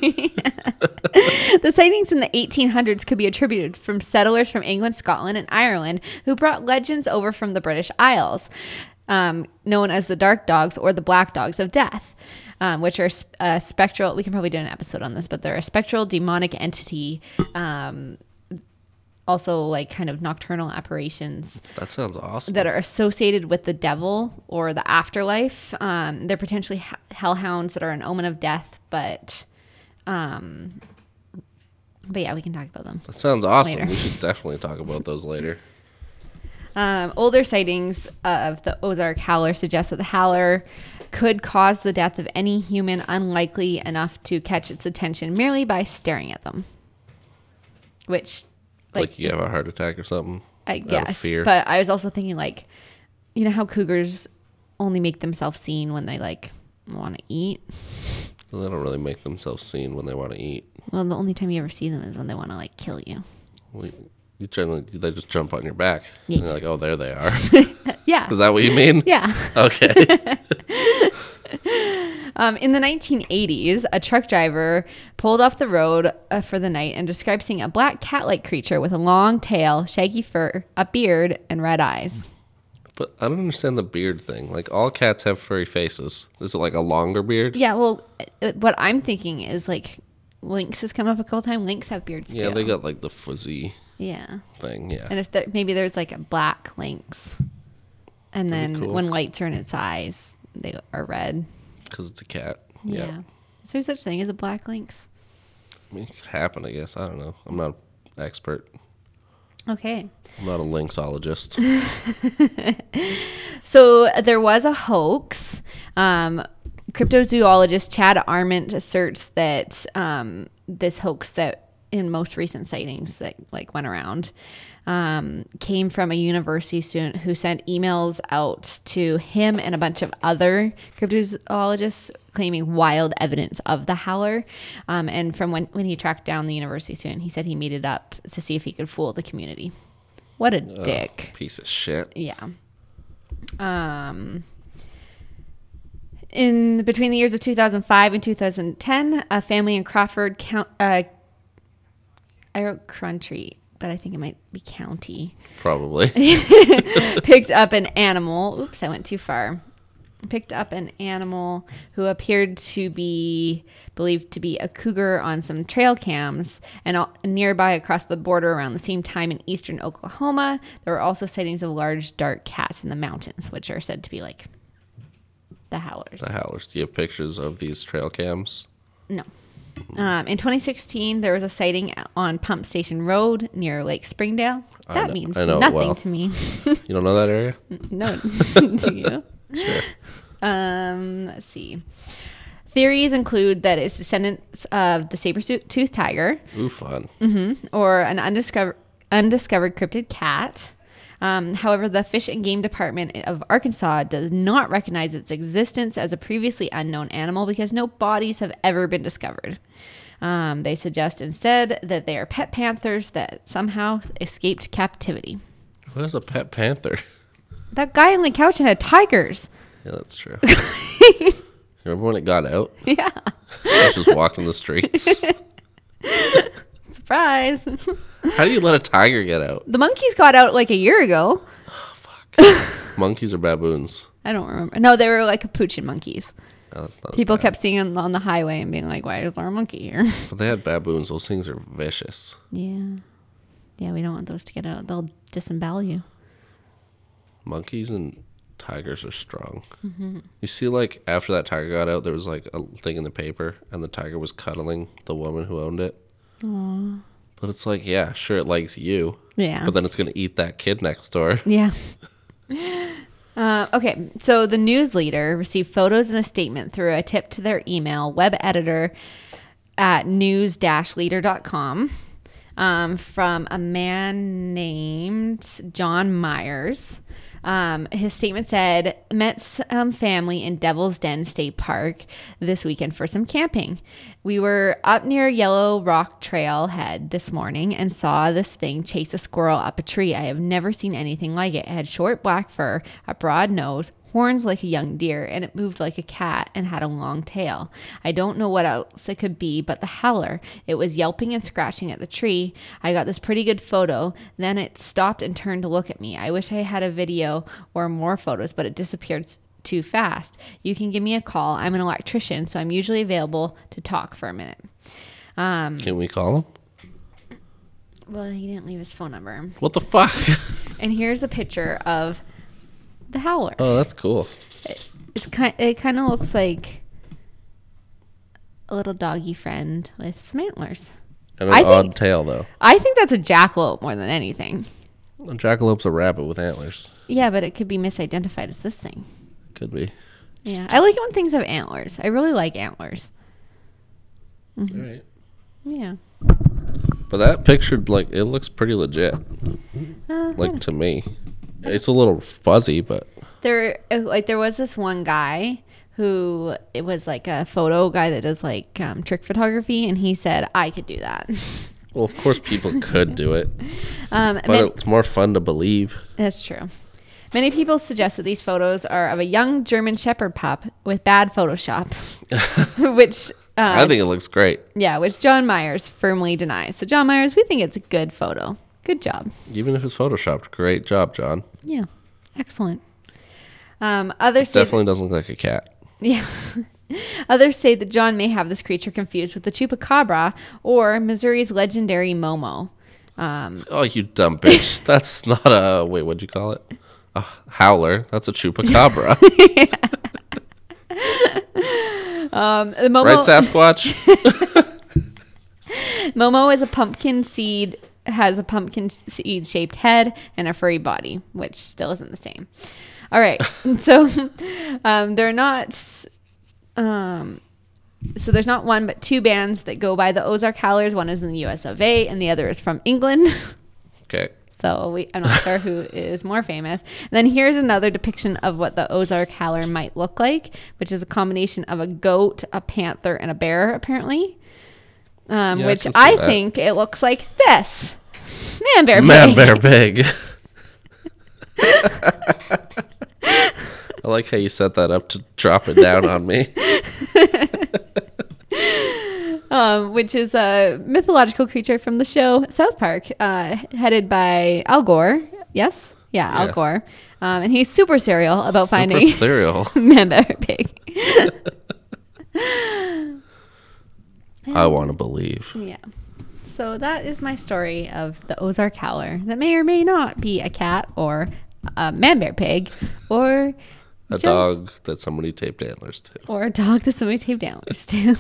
S1: The sightings in the 1800s could be attributed from settlers from England, Scotland, and Ireland who brought legends over from the British Isles, um, known as the Dark Dogs or the Black Dogs of Death, um, which are s- uh, spectral. We can probably do an episode on this, but they're a spectral demonic entity. Um, also, like kind of nocturnal apparitions
S2: That sounds awesome.
S1: that are associated with the devil or the afterlife. Um, they're potentially h- hellhounds that are an omen of death, but um, but yeah, we can talk about them.
S2: that sounds awesome.
S1: later.
S2: We should definitely talk about those later.
S1: Um, older sightings of the Ozark howler suggest that the howler could cause the death of any human unlikely enough to catch its attention merely by staring at them. Which,
S2: Like,
S1: like,
S2: you have a heart attack or something.
S1: I
S2: out of
S1: guess.
S2: fear.
S1: But I was also thinking like, you know how cougars only make themselves seen when they like want to eat.
S2: They don't really make themselves seen when they want to eat.
S1: Well, the only time you ever see them is when they want to like kill you.
S2: We, you generally they just jump on your back.
S1: Yeah.
S2: And you're like, oh, there they are.
S1: Yeah.
S2: Is that what you mean?
S1: yeah.
S2: Okay.
S1: Um, in the 1980s, a truck driver pulled off the road uh, for the night and described seeing a black cat-like creature with a long tail, shaggy fur, a beard, and red eyes.
S2: but I don't understand the beard thing. Like all cats have furry faces. Is it like a longer beard?
S1: Yeah. Well, uh, what I'm thinking is like lynx has come up a couple times. Lynx have beards
S2: Yeah,
S1: too.
S2: they got like the fuzzy
S1: yeah.
S2: thing. Yeah.
S1: And if there, maybe there's like a black lynx, and
S2: That'd be
S1: then
S2: cool.
S1: when lights are in its eyes, they are red.
S2: Because it's a cat.
S1: Yeah.
S2: Yeah.
S1: Is there such thing as a black lynx?
S2: I mean, it could happen, I guess. I don't know. I'm not an expert.
S1: Okay.
S2: I'm not a lynxologist.
S1: So uh, there was a hoax. Um, cryptozoologist Chad Arment asserts that um, this hoax that in most recent sightings that like went around um, came from a university student who sent emails out to him and a bunch of other cryptozoologists claiming wild evidence of the howler. Um, and from when, when he tracked down the university student, he said he made it up to see if he could fool the community. What a dick.
S2: Piece of shit.
S1: Yeah. Um, in between the years of 2005 and 2010, a family in Crawford County, uh, I wrote country, but I think it might be county,
S2: Probably.
S1: picked up an animal. Oops, I went too far. Picked up an animal who appeared to be believed to be a cougar on some trail cams, and al- nearby across the border around the same time in eastern Oklahoma, there were also sightings of large dark cats in the mountains, which are said to be like the howlers.
S2: the howlers. Do you have pictures of these trail cams?
S1: No. Um, in 2016, there was a sighting on Pump Station Road near Lake Springdale.
S2: I
S1: That
S2: kn-
S1: means
S2: I know it
S1: nothing
S2: well.
S1: to me.
S2: You don't know that area?
S1: No, do you? Um, let's see. Theories include that it's descendants of the saber-toothed tiger
S2: Ooh, fun.
S1: or an undiscovered, undiscovered cryptid cat. Um, however, the Fish and Game Department of Arkansas does not recognize its existence as a previously unknown animal because no bodies have ever been discovered. Um, they suggest instead that they are pet panthers that somehow escaped captivity.
S2: Where's a pet panther?
S1: That guy on the couch had tigers.
S2: Yeah, that's true. You Remember when it got out? Yeah. I was just walking the streets.
S1: Surprise.
S2: How do you let a tiger get out?
S1: The monkeys got out like a year ago.
S2: Monkeys or baboons?
S1: I don't remember. No, they were like capuchin monkeys.
S2: Oh, that's not as
S1: People
S2: bad.
S1: kept seeing them on the highway and being like, "Why is there a monkey here?"
S2: But they had baboons. Those things are vicious.
S1: yeah, yeah. We don't want those to get out. They'll disembowel you.
S2: Monkeys and tigers are strong. You see, like after that tiger got out, there was like a thing in the paper, and the tiger was cuddling the woman who owned it. But it's like, yeah, sure, it likes you,
S1: Yeah.
S2: but then it's gonna eat that kid next door.
S1: Yeah. Uh, okay, so the news leader received photos and a statement through a tip to their email, web editor at news leader.com, um, from a man named John Myers. Um, his statement said, Met some family in Devil's Den State Park this weekend for some camping. We were up near Yellow Rock Trailhead this morning and saw this thing chase a squirrel up a tree. I have never seen anything like it. It had short black fur, a broad nose, horns like a young deer, and it moved like a cat and had a long tail. I don't know what else it could be but the howler. It was yelping and scratching at the tree. I got this pretty good photo. Then it stopped and turned to look at me. I wish I had a video or more photos, but it disappeared s- too fast. You can give me a call. I'm an electrician, so I'm usually available to talk for a minute.
S2: Can we call him?
S1: Well, he didn't leave his phone number.
S2: What the fuck?
S1: And here's a picture of the howler.
S2: oh, that's cool.
S1: It's kind. It kind of looks like a little doggy friend with some antlers.
S2: And an
S1: I think-
S2: odd tail though.
S1: I think that's a jackalope more than anything.
S2: A jackalope's a rabbit with antlers.
S1: Yeah, but it could be misidentified as this thing.
S2: Could be.
S1: Yeah, I like it when things have antlers. I really like antlers.
S2: All right.
S1: Yeah.
S2: But that picture, like, it looks pretty legit.
S1: Uh,
S2: Like to me, it's a little fuzzy, but
S1: there uh, like there was this one guy who it was like a photo guy that does like um, trick photography and he said i could do that
S2: well, of course, people could do it.
S1: um,
S2: But
S1: many,
S2: it's more fun to believe.
S1: that's true many people suggest that these photos are of a young german shepherd pup with bad photoshop which
S2: I
S1: uh,
S2: think it looks great.
S1: yeah which john myers firmly denies so john myers we think it's a good photo good job
S2: Even if it's photoshopped, great job, John.
S1: yeah excellent um, others say that-
S2: Definitely doesn't look like a cat.
S1: Yeah. Others say that John may have this creature confused with the chupacabra or Missouri's legendary Momo. Um,
S2: Oh, you dumb bitch. That's not a wait. What'd you call it? A howler. That's a chupacabra,
S1: um, the Momo,
S2: right, Sasquatch?
S1: Momo is a pumpkin seed, has a pumpkin seed shaped head and a furry body, which still isn't the same. All right. so um, they're not. Um, so there's not one, but two bands that go by the Ozark Howlers. One is in the US of A and the other is from England.
S2: okay.
S1: So we, I'm not sure who is more famous. And then here's another depiction of what the Ozark howler might look like, which is a combination of a goat, a panther, and a bear, apparently. Um,
S2: Yeah, I
S1: which
S2: can see
S1: I
S2: that.
S1: think it looks like this. Man, bear, pig.
S2: Man, bear, pig. I like how you set that up to drop it down on me.
S1: um, which is a mythological creature from the show South Park, uh, headed by Al Gore. Yes, yeah, Al
S2: Yeah.
S1: Gore, um, and he's super serial about finding
S2: Super cereal.
S1: man, bear, pig.
S2: I want to believe.
S1: Yeah. So that is my story of the Ozark Howler that may or may not be a cat or a man bear pig or
S2: A
S1: just-
S2: dog that somebody taped antlers to.
S1: or a dog that somebody taped antlers to.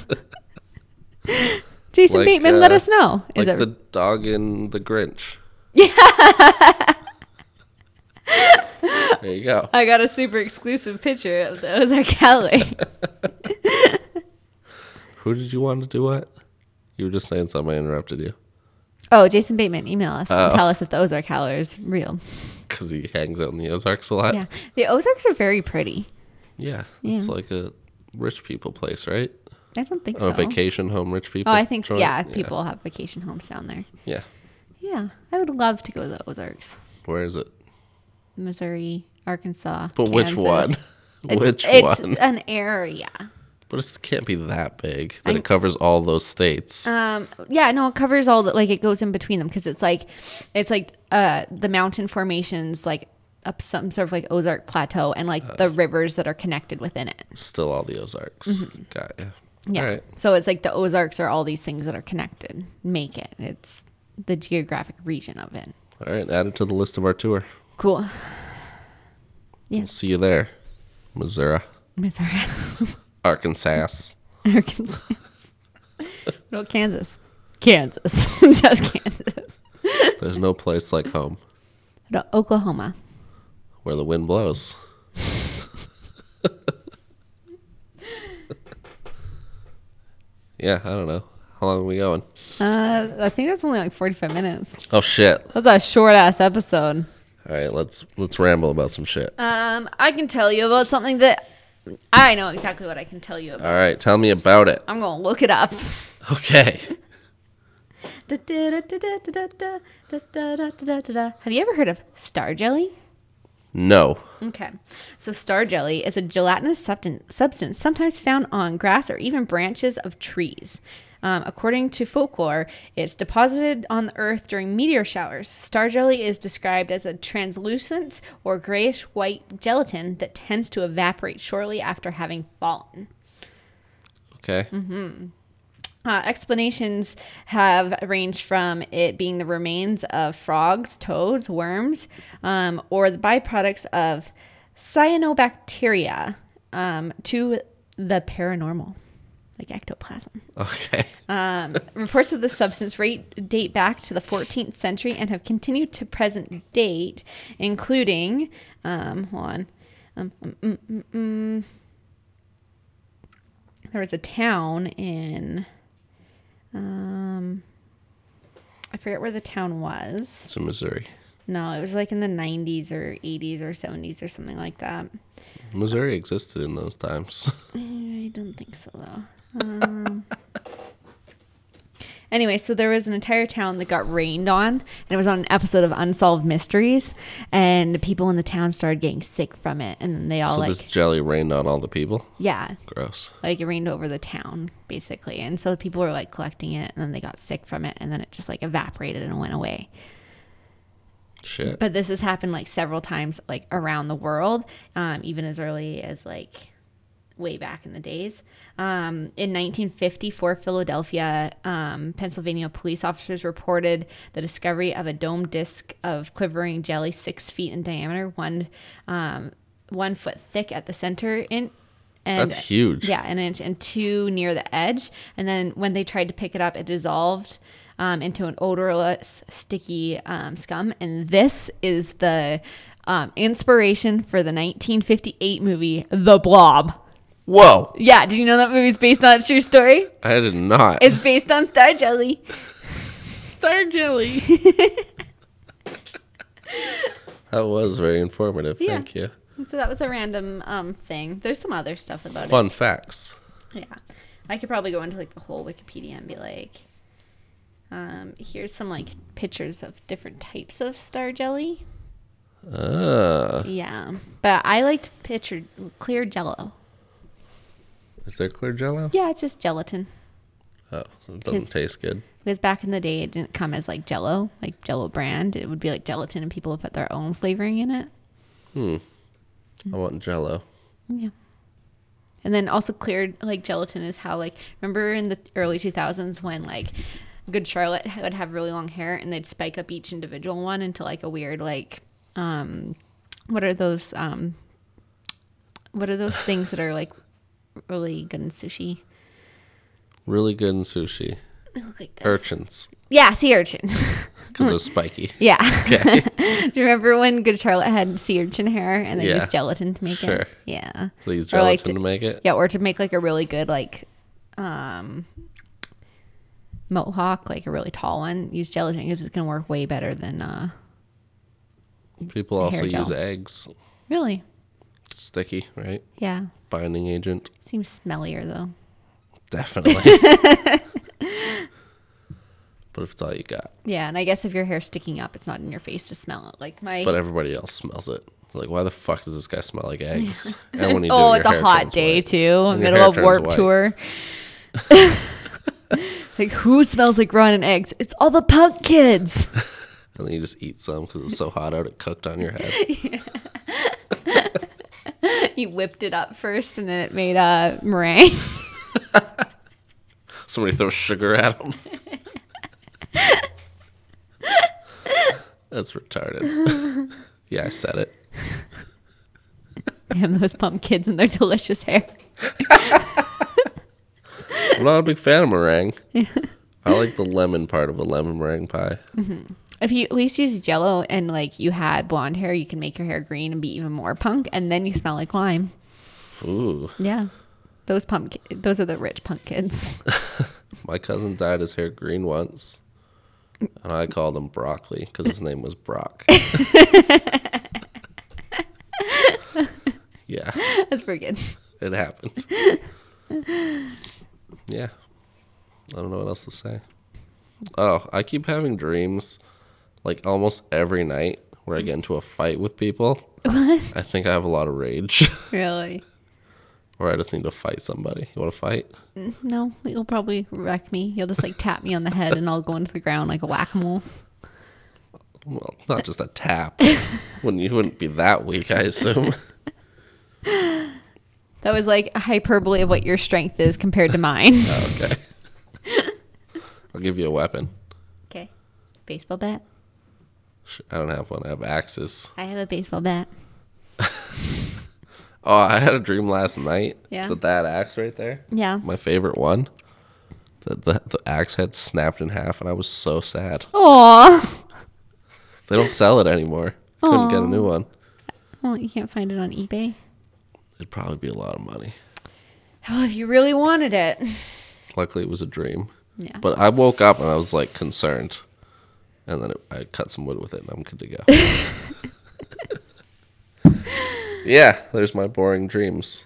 S1: Jason
S2: Like,
S1: Bateman, let
S2: uh,
S1: us know. Is
S2: like
S1: it
S2: the dog in The Grinch. Yeah. there you go.
S1: I got a super exclusive picture of the Ozark Howler.
S2: Who did you want to do what? You were just saying something. I interrupted you
S1: oh, Jason Bateman, email us and
S2: Oh.
S1: tell us if the Ozark Howler is real.
S2: because he hangs out in the Ozarks a lot.
S1: Yeah. The Ozarks are very pretty.
S2: Yeah,
S1: Yeah.
S2: it's like a rich people place, right?
S1: I don't think
S2: On
S1: so.
S2: a vacation home, rich people.
S1: oh, I think so.
S2: joint?
S1: Yeah, people have vacation homes down there.
S2: Yeah.
S1: Yeah. I would love to go to the Ozarks.
S2: Where is it?
S1: Missouri, Arkansas.
S2: But which
S1: Kansas.
S2: one?
S1: It-
S2: which
S1: it's
S2: one?
S1: an area.
S2: But it can't be that big that it covers all those states.
S1: Um, yeah, no, it covers all the like it goes in between them because it's like, it's like uh the mountain formations like up some sort of like Ozark plateau and like
S2: Uh.
S1: the rivers that are connected within it.
S2: Still all the Ozarks. Got ya.
S1: mm-hmm. Yeah.
S2: All right.
S1: So it's like the Ozarks are all these things that are connected. Make it. It's the geographic region of it.
S2: All right. Add it to the list of our tour.
S1: Cool. Yeah.
S2: We'll see you there, Missouri,
S1: Missouri,
S2: Arkansas.
S1: Arkansas, Little Kansas, Kansas, just Kansas,
S2: There's no place like home
S1: No, Oklahoma.
S2: where the wind blows. yeah, I don't know. How long are we going?
S1: Uh, I think that's only like forty-five minutes.
S2: Oh shit.
S1: That's a short ass episode.
S2: All right, let's let's ramble about some shit.
S1: Um, I can tell you about something that I know exactly what I can tell you about.
S2: All right, tell me about it.
S1: I'm gonna look it up.
S2: Okay.
S1: Have you ever heard of star jelly?
S2: No.
S1: Okay. So, star jelly is a gelatinous substan- substance sometimes found on grass or even branches of trees. Um, according to folklore, it's deposited on the earth during meteor showers. Star jelly is described as a translucent or grayish white gelatin that tends to evaporate shortly after having fallen.
S2: Okay.
S1: Uh, explanations have ranged from it being the remains of frogs, toads, worms, um, or the byproducts of cyanobacteria um, to the paranormal, like ectoplasm.
S2: Okay.
S1: Um, reports of the substance rate date back to the 14th century and have continued to present date, including, um, hold on, um, mm, mm, mm, mm. there was a town in, um, I forget where the town was.
S2: So Missouri.
S1: No, it was like in the 90s or 80s or 70s or something like that.
S2: Missouri existed in those times.
S1: I don't think so, though. Um, anyway, so there was an entire town that got rained on, and it was on an episode of Unsolved Mysteries, and the people in the town started getting sick from it, and then they all
S2: so
S1: like,
S2: this jelly rained on all the people.
S1: yeah,
S2: Gross.
S1: like it rained over the town basically, and so people were like collecting it, and then they got sick from it, and then it just like evaporated and went away.
S2: Shit.
S1: But this has happened like several times, like around the world, um, even as early as like way back in the days. Um, in 1954, Philadelphia, um, Pennsylvania police officers reported the discovery of a domed disc of quivering jelly six feet in diameter, one um, one foot thick at the center. In and
S2: That's huge.
S1: yeah, an inch and two near the edge. And then when they tried to pick it up, it dissolved um, into an odorless, sticky um, scum. And this is the um, inspiration for the 1958 movie The Blob.
S2: Whoa.
S1: Yeah, did you know that movie's based on a true story?
S2: I did not.
S1: It's based on star jelly.
S2: star jelly. that was very informative.
S1: Yeah.
S2: Thank you.
S1: So that was a random um, thing. There's some other stuff about
S2: Fun facts.
S1: it. Yeah, I could probably go into like the whole Wikipedia and be like, um, here's some like pictures of different types of star jelly.
S2: Uh,
S1: Yeah, but I liked picture clear Jello.
S2: is there clear jello?
S1: Yeah, it's just gelatin
S2: Oh, it doesn't
S1: It's-
S2: taste good.
S1: because back in the day it didn't come as like Jello, like Jello brand. It would be like gelatin, and people would put their own flavoring in it.
S2: I want jello.
S1: Yeah. And then also clear like gelatin is how like remember in the early 2000s when like Good Charlotte would have really long hair and they'd spike up each individual one into like a weird like um what are those um what are those things that are like really good in sushi?
S2: Really good in sushi.
S1: They look like this.
S2: Er Urchins.
S1: Yeah, sea urchin.
S2: Because it's spiky.
S1: yeah.
S2: Okay.
S1: Do you remember when Good Charlotte had sea urchin hair and they
S2: Yeah.
S1: used gelatin to make
S2: Sure.
S1: it? Yeah.
S2: Please
S1: Or like
S2: gelatin to make it.
S1: Yeah, or to make like a really good like um mohawk, like a really tall one, use gelatin because it's gonna work way better than uh
S2: People also
S1: hair gel.
S2: use eggs.
S1: really.
S2: It's sticky, right?
S1: Yeah.
S2: Binding agent.
S1: Seems smellier though.
S2: Definitely. but if it's all you got.
S1: Yeah, and I guess if your hair's sticking up, it's not in your face to smell it. Like my
S2: But everybody else smells it. Like, why the fuck does this guy smell like eggs? And when you
S1: oh,
S2: it,
S1: it's
S2: your
S1: a
S2: hair
S1: hot
S2: turns
S1: day
S2: white.
S1: too,
S2: And your
S1: middle
S2: hair
S1: of
S2: turns
S1: Warp
S2: white.
S1: Tour. like who smells like ramen and eggs? It's all the punk kids.
S2: And then you just eat some because it's so hot out, it cooked on your head.
S1: he whipped it up first, and then it made a meringue.
S2: Somebody throws sugar at him. That's retarded. yeah, I said it.
S1: Damn those pump kids and their delicious hair.
S2: I'm not a big fan of meringue. I like the lemon part of a lemon meringue pie.
S1: If you at least use Jello and like you had blonde hair, you can make your hair green and be even more punk, and then you smell like lime.
S2: Ooh,
S1: Yeah, those pump. ki- Those are the rich punk kids.
S2: my cousin dyed his hair green once, and I called him broccoli because his name was Brock. yeah,
S1: That's pretty good.
S2: it happened. Yeah, I don't know what else to say. Oh, I keep having dreams, like almost every night, where I get into a fight with people. I think I have a lot of rage.
S1: Really?
S2: or I just need to fight somebody. You want to fight?
S1: No, you'll probably wreck me. You'll just like tap me on the head, and I'll go into the ground like a whack a mole.
S2: Well, not just a tap. wouldn't you wouldn't be that weak, I assume.
S1: That was like a hyperbole of what your strength is compared to mine.
S2: okay. I'll give you a weapon.
S1: okay, baseball bat.
S2: Sh- I don't have one. I have axes.
S1: I have a baseball bat.
S2: Oh, I had a dream last night.
S1: Yeah.
S2: That that axe right there.
S1: Yeah.
S2: My favorite one. The, the the axe head snapped in half, and I was so sad.
S1: Oh. Aw.
S2: They don't sell it anymore. Couldn't get a new one.
S1: Oh, you can't find it on eBay.
S2: It'd probably be a lot of money.
S1: Oh, if you really wanted it.
S2: Luckily, it was a dream.
S1: Yeah.
S2: But I woke up and I was like concerned, and then it, I cut some wood with it, and I'm good to go. yeah, there's my boring dreams,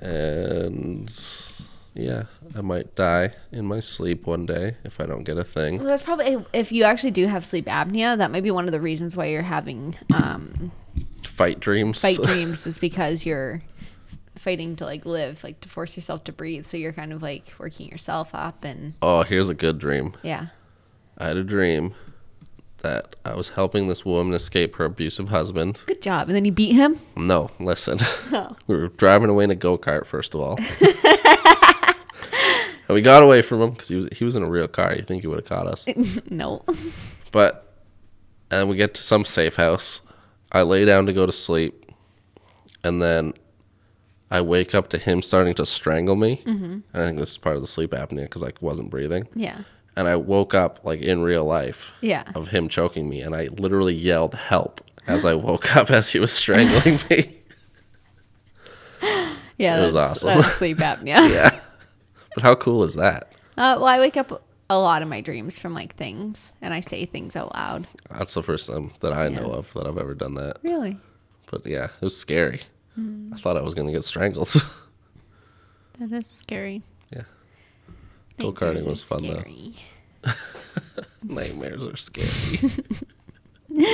S2: and yeah, I might die in my sleep one day if I don't get a thing.
S1: Well, that's probably if you actually do have sleep apnea, that might be one of the reasons why you're having um,
S2: Fight dreams.
S1: fight dreams is because you're fighting to like live, like to force yourself to breathe. So you're kind of like working yourself up, and
S2: oh, here's a good dream.
S1: yeah,
S2: I had a dream that I was helping this woman escape her abusive husband.
S1: good job. And then you beat him.
S2: No, listen. we were driving away in a go kart, first of all. and we got away from him because he was, he was in a real car. You think he would have caught us.
S1: No,
S2: But, and we get to some safe house. I lay down to go to sleep. And then I wake up to him starting to strangle me. And I think this is part of the sleep apnea because I wasn't breathing.
S1: yeah,
S2: And I woke up like in real life
S1: yeah.
S2: of him choking me. And I literally yelled, help, as I woke up as he was strangling me.
S1: Yeah,
S2: It was
S1: that's,
S2: awesome.
S1: that's sleep apnea.
S2: yeah. But how cool is that?
S1: Uh, well, I wake up a lot of my dreams from like things, and I say things out loud.
S2: That's the first time that I know of that I've ever done that.
S1: Really,
S2: But yeah, it was scary.
S1: Hmm.
S2: I thought I was going to get strangled.
S1: that is scary.
S2: yeah. Go karting was fun
S1: Scary.
S2: though. Nightmares are scary.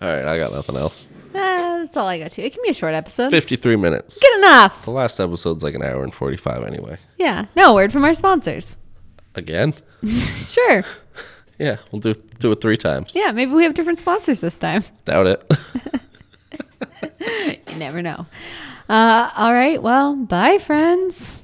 S2: All right, I got nothing else.
S1: Uh, that's all I got to. It can be a short episode.
S2: 53 minutes.
S1: Good enough.
S2: The last episode's like an hour and 45 anyway.
S1: Yeah. No word from our sponsors.
S2: Again?
S1: Sure.
S2: Yeah, we'll do do it 3 times.
S1: Yeah, maybe we have different sponsors this time.
S2: Doubt it.
S1: You never know. Uh, all right. Well, bye, friends.